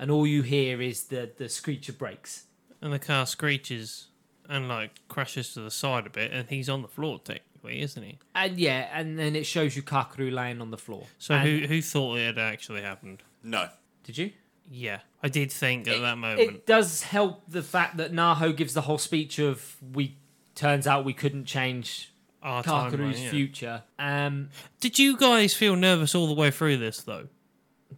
And all you hear is the, the screech of brakes.
And the car screeches and like crashes to the side a bit, and he's on the floor technically, isn't he?
And yeah, and then it shows you Kakaru laying on the floor.
So
And-
who who thought it had actually happened?
no,
did you?
Yeah, I did think at that moment.
It does help the fact that Naho gives the whole speech of we turns out we couldn't change
our
Kakaru's
timeline, yeah.
future. Um
Did you guys feel nervous all the way through this though?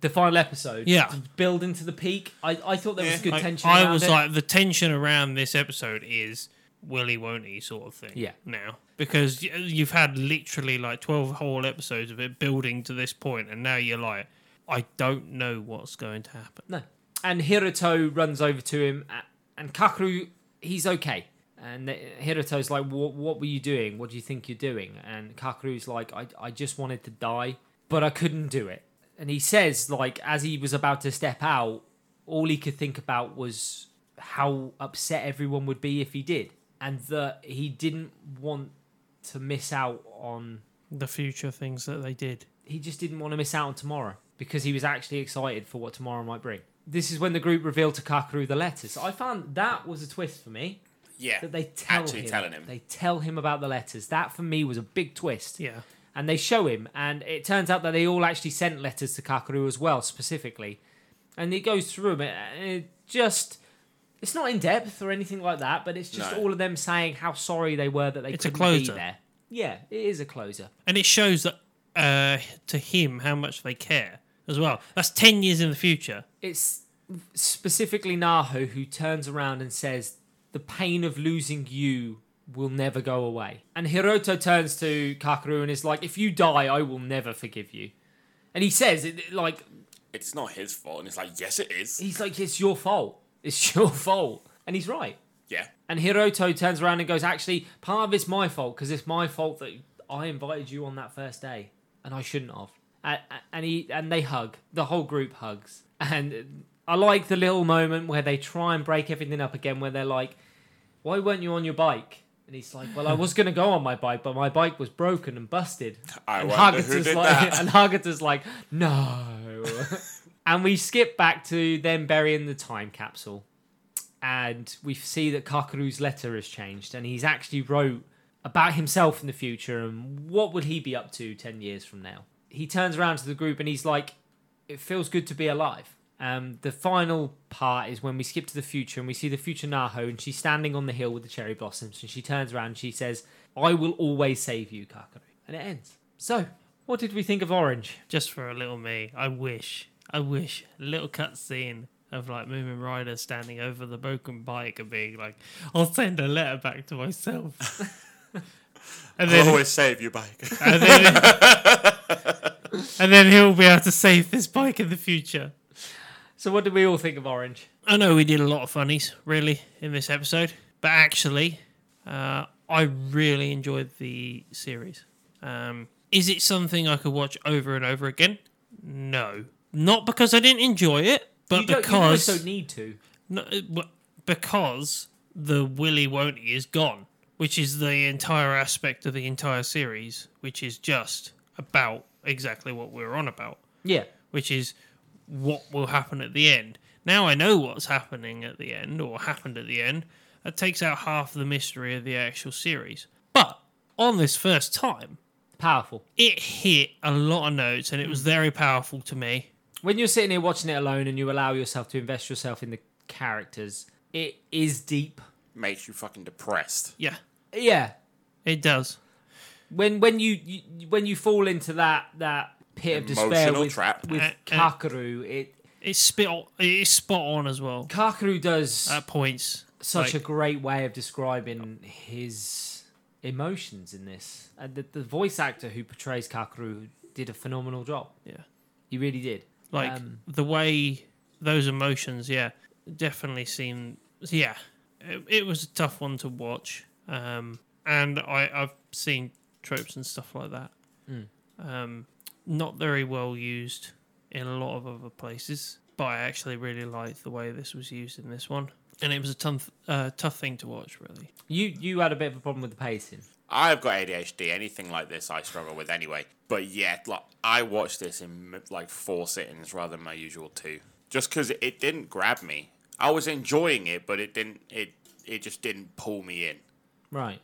the final episode.
Yeah.
Building to the peak. I, I thought there was
Yeah.
good
Like,
tension.
I
around
was
it.
like, the tension around this episode is will he, won't he, sort of thing.
Yeah.
Now, because y- you've had literally like twelve whole episodes of it building to this point, and now you're like, I don't know what's going to happen.
No. And Hiruto runs over to him, a- and Kakaru, he's okay. And the- Hiruto's like, what, what were you doing? What do you think you're doing? And Kakaru's like, I, I just wanted to die, but I couldn't do it. And he says, like, as he was about to step out, all he could think about was how upset everyone would be if he did. And that he didn't want to miss out on
The future things that they did.
he just didn't want to miss out on tomorrow because he was actually excited for what tomorrow might bring. This is when the group revealed to Kakaru the letters. I found that was a twist for me
yeah,
that they tell
actually
him,
telling him.
They tell him about the letters. That for me was a big twist.
Yeah.
And they show him, and it turns out that they all actually sent letters to Kakaru as well, specifically. And he goes through them, and it just. It's not in depth or anything like that, but it's just
No.
all of them saying how sorry they were that they
It's a
couldn't
closer.
be there. Yeah, it is a closer.
And it shows that uh, to him how much they care as well. That's 10 years in the future.
it's specifically Naho who turns around and says, "The pain of losing you will never go away." And Hiroto turns to Kakaru and is like, "If you die, I will never forgive you." And he says, it, "Like
It's not his fault, and it's like, yes, it is.
he's like, it's your fault. It's your fault." And he's right.
Yeah,
And Hiroto turns around and goes, "Actually, part of it's my fault because it's my fault that I invited you on that first day, and I shouldn't have." And, and he and they hug. The whole group hugs, and I like the little moment where they try and break everything up again, where they're like, "Why weren't you on your bike?" And he's like, "Well, I was going to go on my bike, but my bike was broken and busted."
I
and
wonder who
Hagata's
did
like,
that.
and Hagata's like, "No." And we skip back to them burying the time capsule. And we see that Kakaru's letter has changed and he's actually wrote about himself in the future and what would he be up to 10 years from now. He turns around to the group and he's like, it feels good to be alive. Um, the final part is when we skip to the future and we see the future Naho and she's standing on the hill with the cherry blossoms and she turns around and she says, I will always save you, Kakaru. And it ends. So, what did we think of Orange?
Just for a little me, I wish, I wish a little cutscene of like Moomin Rider standing over the broken bike and being like, "I'll send a letter back to myself." and
I'll
then,
always save you, bike.
and then, and then he'll be able to save this bike in the future.
So, what did we all think of Orange?
I know we did a lot of funnies, really, in this episode, but actually, uh, I really enjoyed the series. Um, is it something I could watch over and over again? No, not because I didn't enjoy it, but
you don't,
because
you also need to.
no, uh, w- because the Willy won't is gone, which is the entire aspect of the entire series, which is just about exactly what we we're on about
Yeah.
which is what will happen at the end. Now I know what's happening at the end or happened at the end. That takes out half the mystery of the actual series. But on this first time,
Powerful.
it hit a lot of notes and it was very powerful to me.
When you're sitting here watching it alone and you allow yourself to invest yourself in the characters, it is deep.
Makes you fucking depressed.
Yeah,
Yeah.
it does.
When when you, you when you fall into that that pit of despair
Emotional
with,
trap.
with
Uh, uh,
Kakaru, it
It's spit on, it's spot on as well
Kakaru does
at points.
such a
Uh, like,
great way of describing his emotions in this. And the, the voice actor who portrays Kakaru did a phenomenal job.
Yeah.
He really did.
like
um,
the way those emotions yeah definitely seem yeah it, it was a tough one to watch um and i i've seen tropes and stuff like that um not very well used in a lot of other places but i actually really liked the way this was used in this one and it was a tough uh, tough thing to watch really
You you had a bit of a problem with the pacing.
I've got ADHD. Anything like this, I struggle with anyway. But yeah, like I watched this in like four sittings rather than my usual two, just because it didn't grab me. I was enjoying it, but it didn't. It it just didn't pull me in.
Right.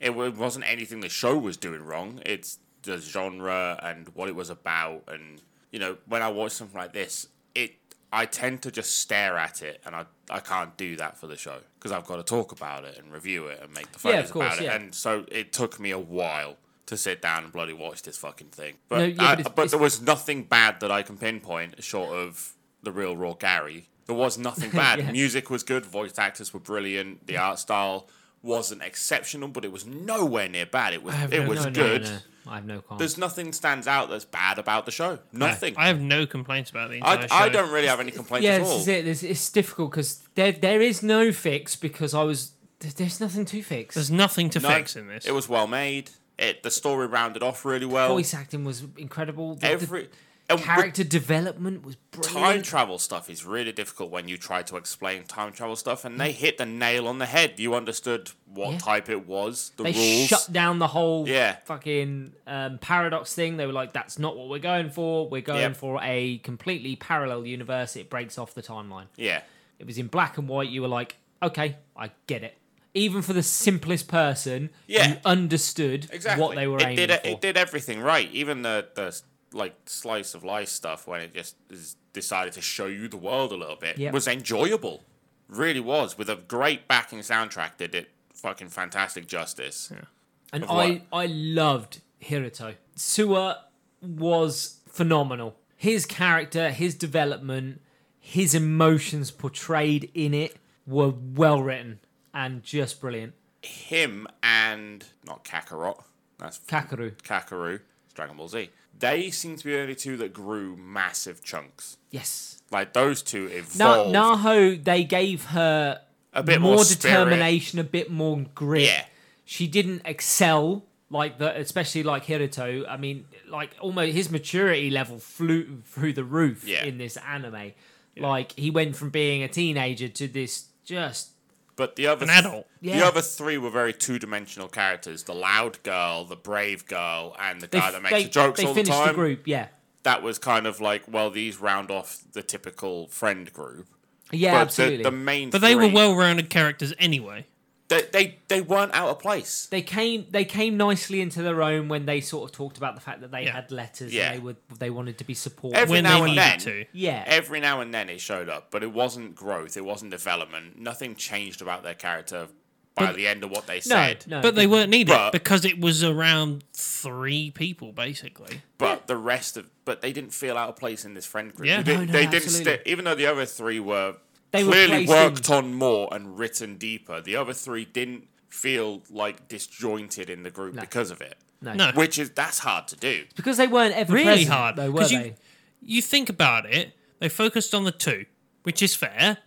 It wa- wasn't anything the show was doing wrong. It's the genre and what it was about, and you know, when I watch something like this, it I tend to just stare at it, and I I can't do that for the show because I've got to talk about it and review it and make the
Yeah,
photos
of course,
about it,
yeah.
and so it took me a while to sit down and bloody watch this fucking thing. But
No, yeah,
I-
but it's-
but
it's-
there was nothing bad that I can pinpoint short of the real raw Gary. There was nothing bad.
Yeah.
Music was good, voice actors were brilliant, the art style wasn't exceptional, but it was nowhere near bad. It was
have
it
no-
was
no,
good.
No, no. I have no comment.
There's nothing stands out that's bad about the show. Nothing.
i have no complaints about the entire
I,
show
I don't really have any complaints
yeah,
at
this
all.
is it. This, it's difficult because there there is no fix because I was there- there's nothing to fix.
there's nothing to
No,
fix in this
It was well made. It the story rounded off really well.
Voice acting was incredible. The,
Every
the
and with-
character development was
time
brilliant.
travel stuff is really difficult when you try to explain time travel stuff, and they hit the nail on the head. You understood what
Yeah.
type it was, the
They
rules.
shut down the whole
Yeah.
fucking um, paradox thing. They were like, "That's not what we're going for. We're going
Yep.
for a completely parallel universe. It breaks off the timeline."
yeah,
It was in black and white. You were like, "Okay, I get it." Even for the simplest person,
Yeah.
you understood
exactly.
what they were
it
aiming
did,
for.
It did everything right. Even the the like slice of life stuff when it just is decided to show you the world a little bit
Yep.
was enjoyable. Really was with a great backing soundtrack. Did it fucking fantastic justice.
And
of
I, I loved Hiruto. Sua was phenomenal. His character, his development, his emotions portrayed in it were well written and just brilliant.
Him and not Kakarot. That's
Kakaru,
Kakaru, Dragon Ball Z. They seem to be the only two that grew massive chunks.
yes.
Like those two
Na-
evolved
Naho, they gave her
a bit
more,
more, determination.
determination, a bit more grit.
Yeah,
She didn't excel like the, especially like Hiruto. I mean, like almost his maturity level flew through the roof
Yeah.
in this anime. Like he went from being a teenager to this just
but the other
an
th-
adult
Yeah.
the other three were very two dimensional characters: the loud girl, the brave girl, and the
they
guy
f-
that makes
they-
the jokes
they
all the
finished
time.
group. Yeah,
that was kind of like, well, these round off the typical friend group.
Yeah,
but
absolutely.
The, the main
But they were
three,
well-rounded characters anyway.
They, they they weren't out of place.
they came they came nicely into their own when they sort of talked about the fact that they
Yeah.
had letters
Yeah.
and they were they wanted to be supported.
Every
When they
now and then,
needed to.
yeah.
every now and then it showed up, but it wasn't growth. It wasn't development. Nothing changed about their character by the end of what they said.
no.
But they weren't needed
But-
because it was around three people basically.
But the rest of but they didn't feel out of place in this friend group.
Yeah.
they,
No,
no,
they didn't.
absolutely.
St- even though the other three were
They were
clearly
placed in-
worked on more and written deeper, the other three didn't feel like disjointed in the group because of it.
No.
Which is that's hard to do.
because they weren't ever
really
present,
hard.
Though, were
'Cause
they?
you, you think about it, they focused on the two, which is fair.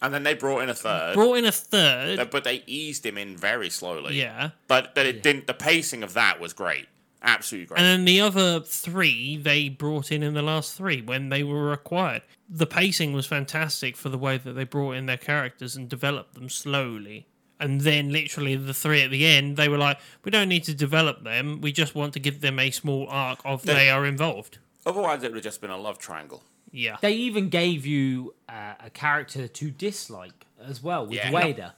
And then they brought in a third,
Brought in a third.
but they eased him in very slowly.
yeah.
But that it didn't. The pacing of that was great. Absolutely great.
And then the other three they brought in in the last three when they were required. The pacing was fantastic for the way that they brought in their characters and developed them slowly. And then, literally, the three at the end, they were like, "We don't need to develop them. We just want to give them a small arc of they, are involved."
Otherwise, it would have just been a love triangle.
Yeah,
They even gave you uh, a character to dislike as well with
Yeah.
Wader.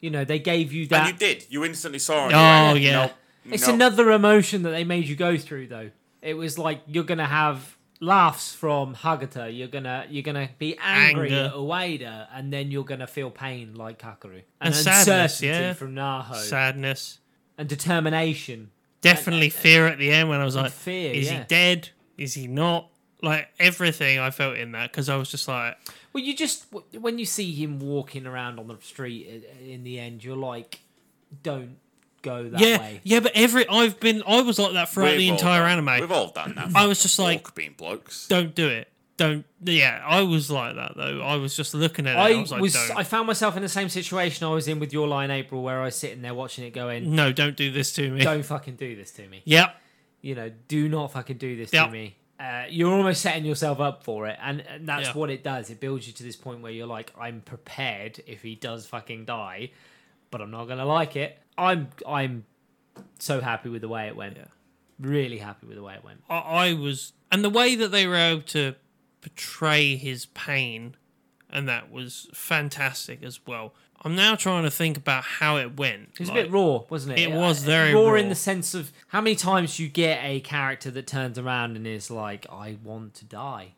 You know, they gave you
And
that.
you did. You instantly saw it.
Oh,
You're
yeah.
like, nope,
it's
nope.
another emotion that they made you go through, though. It was like you're gonna have laughs from Hagata. You're gonna you're gonna be angry
Anger.
at Wader, and then you're gonna feel pain like Kakaru
And sadness,
uncertainty
yeah.
from Naho
sadness,
and determination.
definitely fear at the end when I was like,
fear,
"Is
yeah.
he dead? Is he not?" Like everything I felt in that because I was just like,
Well, you just w- when you see him walking around on the street i- in the end, you're like, don't go that
"Yeah,
way.
yeah." But every I've been, I was like that throughout
We've
the
all
entire
done-
anime.
We've all done that.
I was just like,
Orc being blokes.
don't do it. Don't. Yeah, I was like that though. I was just looking at it.
I
and I was like,
was
don't.
I found myself in the same situation I was in with your line April, where I was sitting there watching it going,
no, don't do this to me.
don't fucking do this to me.
Yeah,
You know, do not fucking do this
Yeah.
to me. Uh, you're almost setting yourself up for it, and, and that's
Yeah.
what it does. It builds you to this point where you're like, I'm prepared if he does fucking die, but I'm not gonna like it. I'm I'm so happy with the way it went. Really happy with the way it went.
I, I was, and the way that they were able to portray his pain, and that was fantastic as well. I'm now trying to think about how it went.
It was a
Like,
bit raw, wasn't it?
It was very
raw,
raw.
in the sense of how many times you get a character that turns around and is like, "I want to die."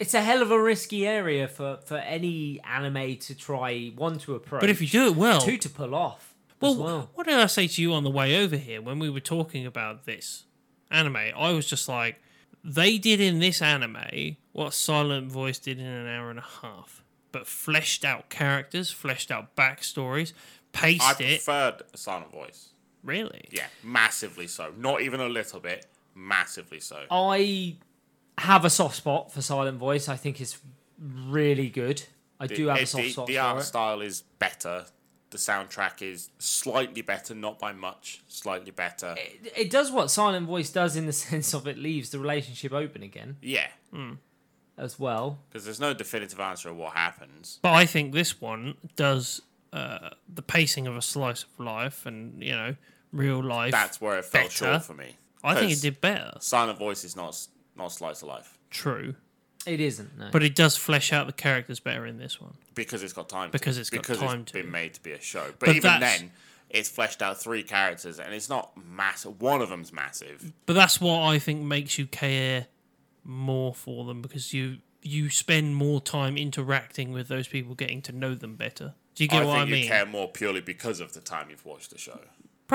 It's a hell of a risky area for for any anime to try one to approach,
But if you do it well,
two to pull off.
well,
as well.
what did I say to you on the way over here when we were talking about this anime? I was just like, they did in this anime what Silent Voice did in an hour and a half, but fleshed out characters, fleshed out backstories, paced
I
it.
preferred a silent voice.
Really?
Yeah, massively so. Not even a little bit. Massively so.
I have a soft spot for Silent Voice. I think it's really good. I do have a
It-
soft
the,
spot
the
for
art
it.
style is better. The soundtrack is slightly better, not by much. Slightly better.
It- It does what Silent Voice does in the sense of it leaves the relationship open again
yeah,
as well.
because there's no definitive answer of what happens.
But I think this one does uh, the pacing of a slice of life and, you know, real life.
That's where it fell
Better.
short for me.
I think it
'Cause
did better.
Silent voice is not s- not slice of life
True.
It isn't. No.
But it does flesh out the characters better in this one.
because it's got time.
Because
to.
it's got
because
time
it's
to.
been made to be a show.
But
But, even
that's-
then, it's fleshed out three characters, and it's not massive. One of them's massive.
But that's what I think makes you care more for them because you you spend more time interacting with those people, getting to know them better. Do you
I
get
think
what I
you
mean?
care more purely because of the time you've watched the show. I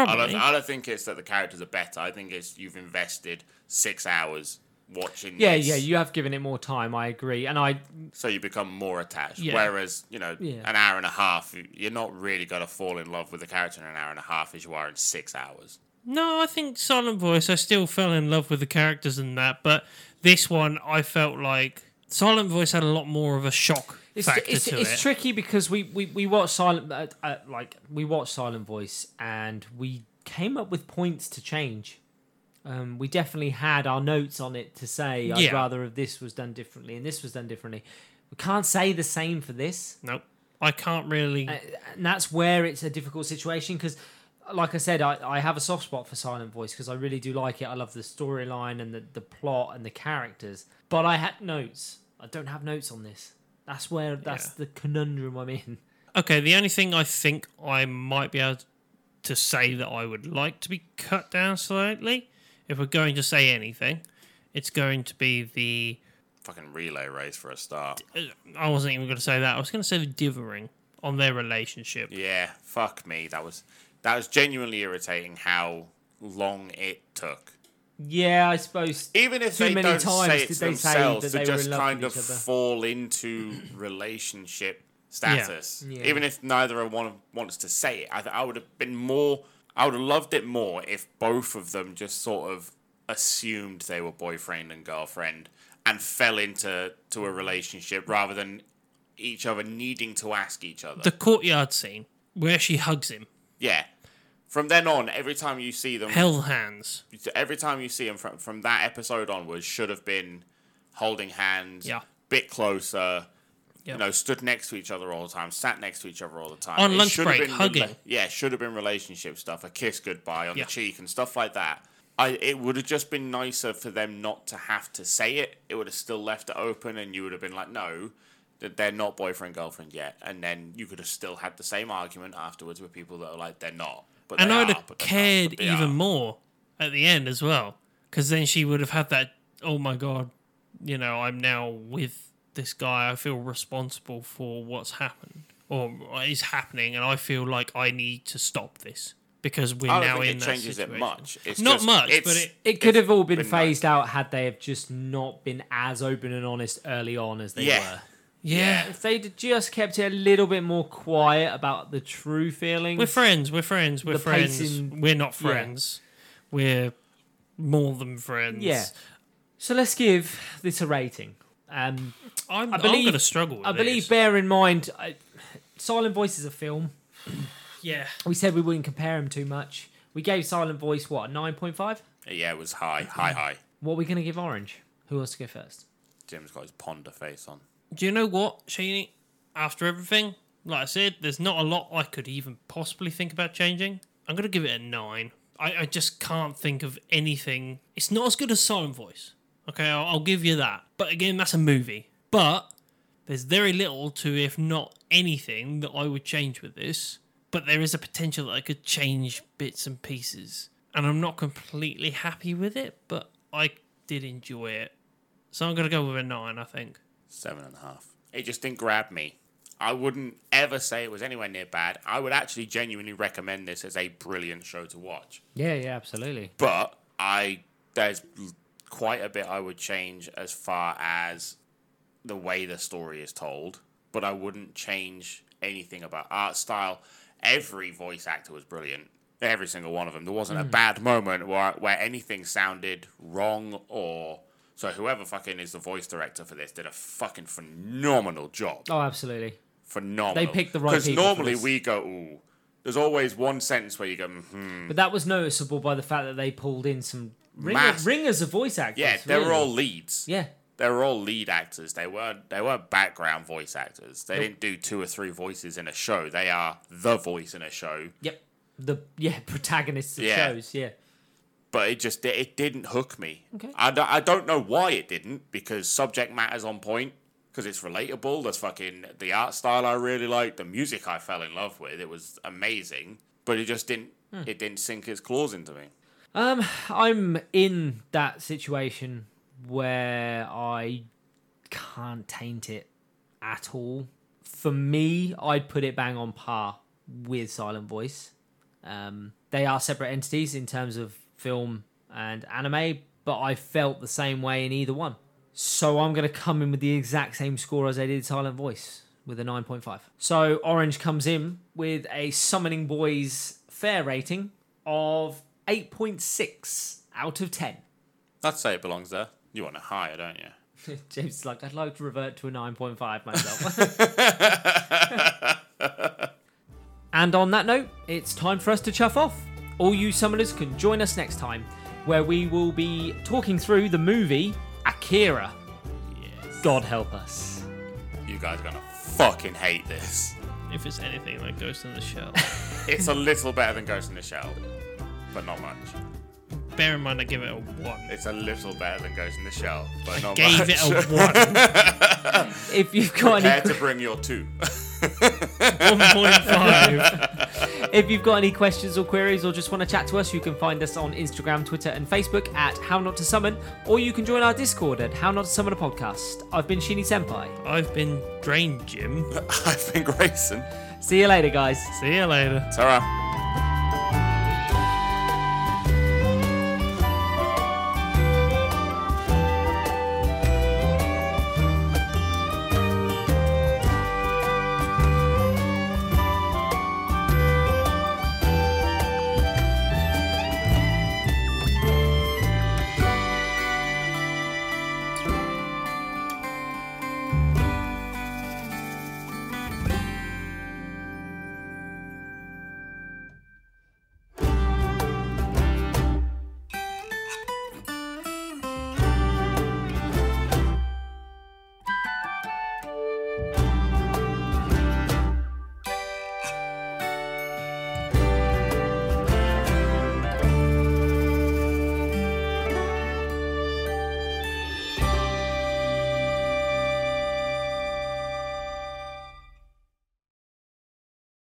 Probably.
don't, I don't think it's that the characters are better. I think it's you've invested six hours watching.
Yeah,
this,
yeah, you have given it more time. I agree, and I
so you become more attached.
Yeah.
Whereas you know,
Yeah.
an hour and a half, you- you're not really gonna fall in love with the character in an hour and a half as you are in six hours.
No, I think Silent Voice. I still fell in love with the characters in that, but this one I felt like Silent Voice had a lot more of a shock
it's
factor
it's,
to
it's
it.
tricky because we we we watched silent uh, uh, like we watched Silent Voice, and we came up with points to change. Um, we definitely had our notes on it to say I'd
Yeah.
rather if this was done differently and this was done differently. We can't say the same for this.
nope, I can't really.
and that's where it's a difficult situation because like I said, I, I have a soft spot for Silent Voice because I really do like it. I love the storyline and the, the plot and the characters. But I had notes. I don't have notes on this. That's where that's
Yeah.
the conundrum I'm in.
Okay, the only thing I think I might be able to say that I would like to be cut down slightly, if we're going to say anything, it's going to be the.
Fucking relay race for a start.
I wasn't even going to say that. I was going to say the dithering on their relationship.
Yeah, fuck me. That was that was genuinely irritating how long it took.
Yeah, I suppose.
Even if
Too
they
many
don't
times
say
did
it
they say
themselves,
that
they,
they were in
just
love
kind
with
of
each other.
fall into relationship status.
Yeah.
Even if neither of one wants to say it, I, th- I would have been more. I would have loved it more if both of them just sort of assumed they were boyfriend and girlfriend and fell into to a relationship rather than each other needing to ask each other.
The courtyard scene where she hugs him,
yeah. From then on, every time you see them,
hell hands.
every time you see him from from that episode onwards should have been holding hands,
Yeah.
bit closer,
Yeah.
you know, stood next to each other all the time, sat next to each other all the time.
On lunch
should have
break,
been
hugging.
yeah, should have been relationship stuff, a kiss goodbye on
Yeah.
the cheek and stuff like that. I it would have just been nicer for them not to have to say it. It would have still left it open, and you would have been like, no. That they're not boyfriend girlfriend yet, and then you could have still had the same argument afterwards with people that are like they're not, but
And
they
I'd
are,
have
but they're not,
cared
but they are.
even more at the end as well. Because then she would have had that, oh my God, you know, I'm now with this guy. I feel responsible for what's happened or is happening. And I feel like I need to stop this because we're
I don't
now
think
in
it
that
changes
situation.
it much. It's
Not
just-
much,
it's-
but it-
It could have all been,
been
phased out had they have just not been as open and honest early on as they
Yeah.
were.
Yeah.
If they'd just kept it a little bit more quiet about the true feelings,
We're friends. We're friends. We're
The
friends.
pacing-
We're not friends. We're more than friends.
yeah. So let's give this a rating. Um,
I'm,
I
I
believe-
believe, I'm gonna struggle with
I believe,
this.
bear in mind, I, Silent Voice is a film.
Yeah.
We said we wouldn't compare them too much. We gave Silent Voice what nine point five.
Yeah, it was high, high, high.
What are we gonna give Orange? Who wants to go first?
Jim's got his ponder face on.
Do you know what, Sheeny? After everything, like I said, there's not a lot I could even possibly think about changing. I'm gonna give it a nine. I, I just can't think of anything. It's not as good as Silent Voice. Okay, I'll, I'll give you that. But again, that's a movie. But there's very little to, if not anything, that I would change with this. But there is a potential that I could change bits and pieces. And I'm not completely happy with it, but I did enjoy it. So I'm gonna go with a nine, I think.
Seven and a half. It just didn't grab me. I wouldn't ever say it was anywhere near bad. I would actually genuinely recommend this as a brilliant show to watch.
Yeah, yeah, absolutely.
But I there's l- quite a bit I would change as far as the way the story is told. But I wouldn't change anything about art style. Every voice actor was brilliant. Every single one of them. There wasn't
Hmm.
a bad moment where where anything sounded wrong or so. Whoever fucking is the voice director for this did a fucking phenomenal job
Oh, absolutely.
phenomenal.
They picked the right people for
normally
this.
we go, ooh. There's always one sentence where you go, hmm.
But that was noticeable by the fact that they pulled in some ringer,
Mass-
ringers of voice actors.
Yeah, they were
really.
all leads.
Yeah,
They were all lead actors. They were they were background voice actors. They didn't do two or three voices in a show. They are the voice in a show.
yep. The yeah protagonists of
Yeah.
shows. Yeah,
But it just it didn't hook me.
Okay.
I, don't, I don't know why it didn't because subject matter's on point because it's relatable. There's fucking the art style I really liked. The music I fell in love with. It was amazing. But it just didn't it didn't sink its claws into me.
Um, I'm in that situation where I can't taint it at all. For me, I'd put it bang on par with Silent Voice. Um, they are separate entities in terms of film and anime, but I felt the same way in either one. So I'm going to come in with the exact same score as I did Silent Voice with a 9.5. So Orange comes in with a Summoning Boys fair rating of 8.6 out of 10.
I'd say it belongs there. You want it higher, don't you?
James is like, I'd like to revert to a 9.5 myself. and on that note, it's time for us to chuff off. All you summoners can join us next time, where we will be talking through the movie Akira. God help us.
You guys are gonna fucking hate this.
if it's anything like Ghost in the Shell.
It's a little better than Ghost in the Shell, but not much.
Bear in mind, I give it a one.
It's a little better than Ghost in the Shell, but not
Gave
much.
it a one.
If you've got
Care
any,
to bring your two.
One point five.
if you've got any questions or queries, or just want to chat to us, you can find us on Instagram, Twitter, and Facebook at How Not to Summon, or you can join our Discord at How Not to Summon a Podcast. I've been Shini Senpai.
I've been drained, Jim.
I've been Grayson.
See you later, guys.
See you later.
Sarah.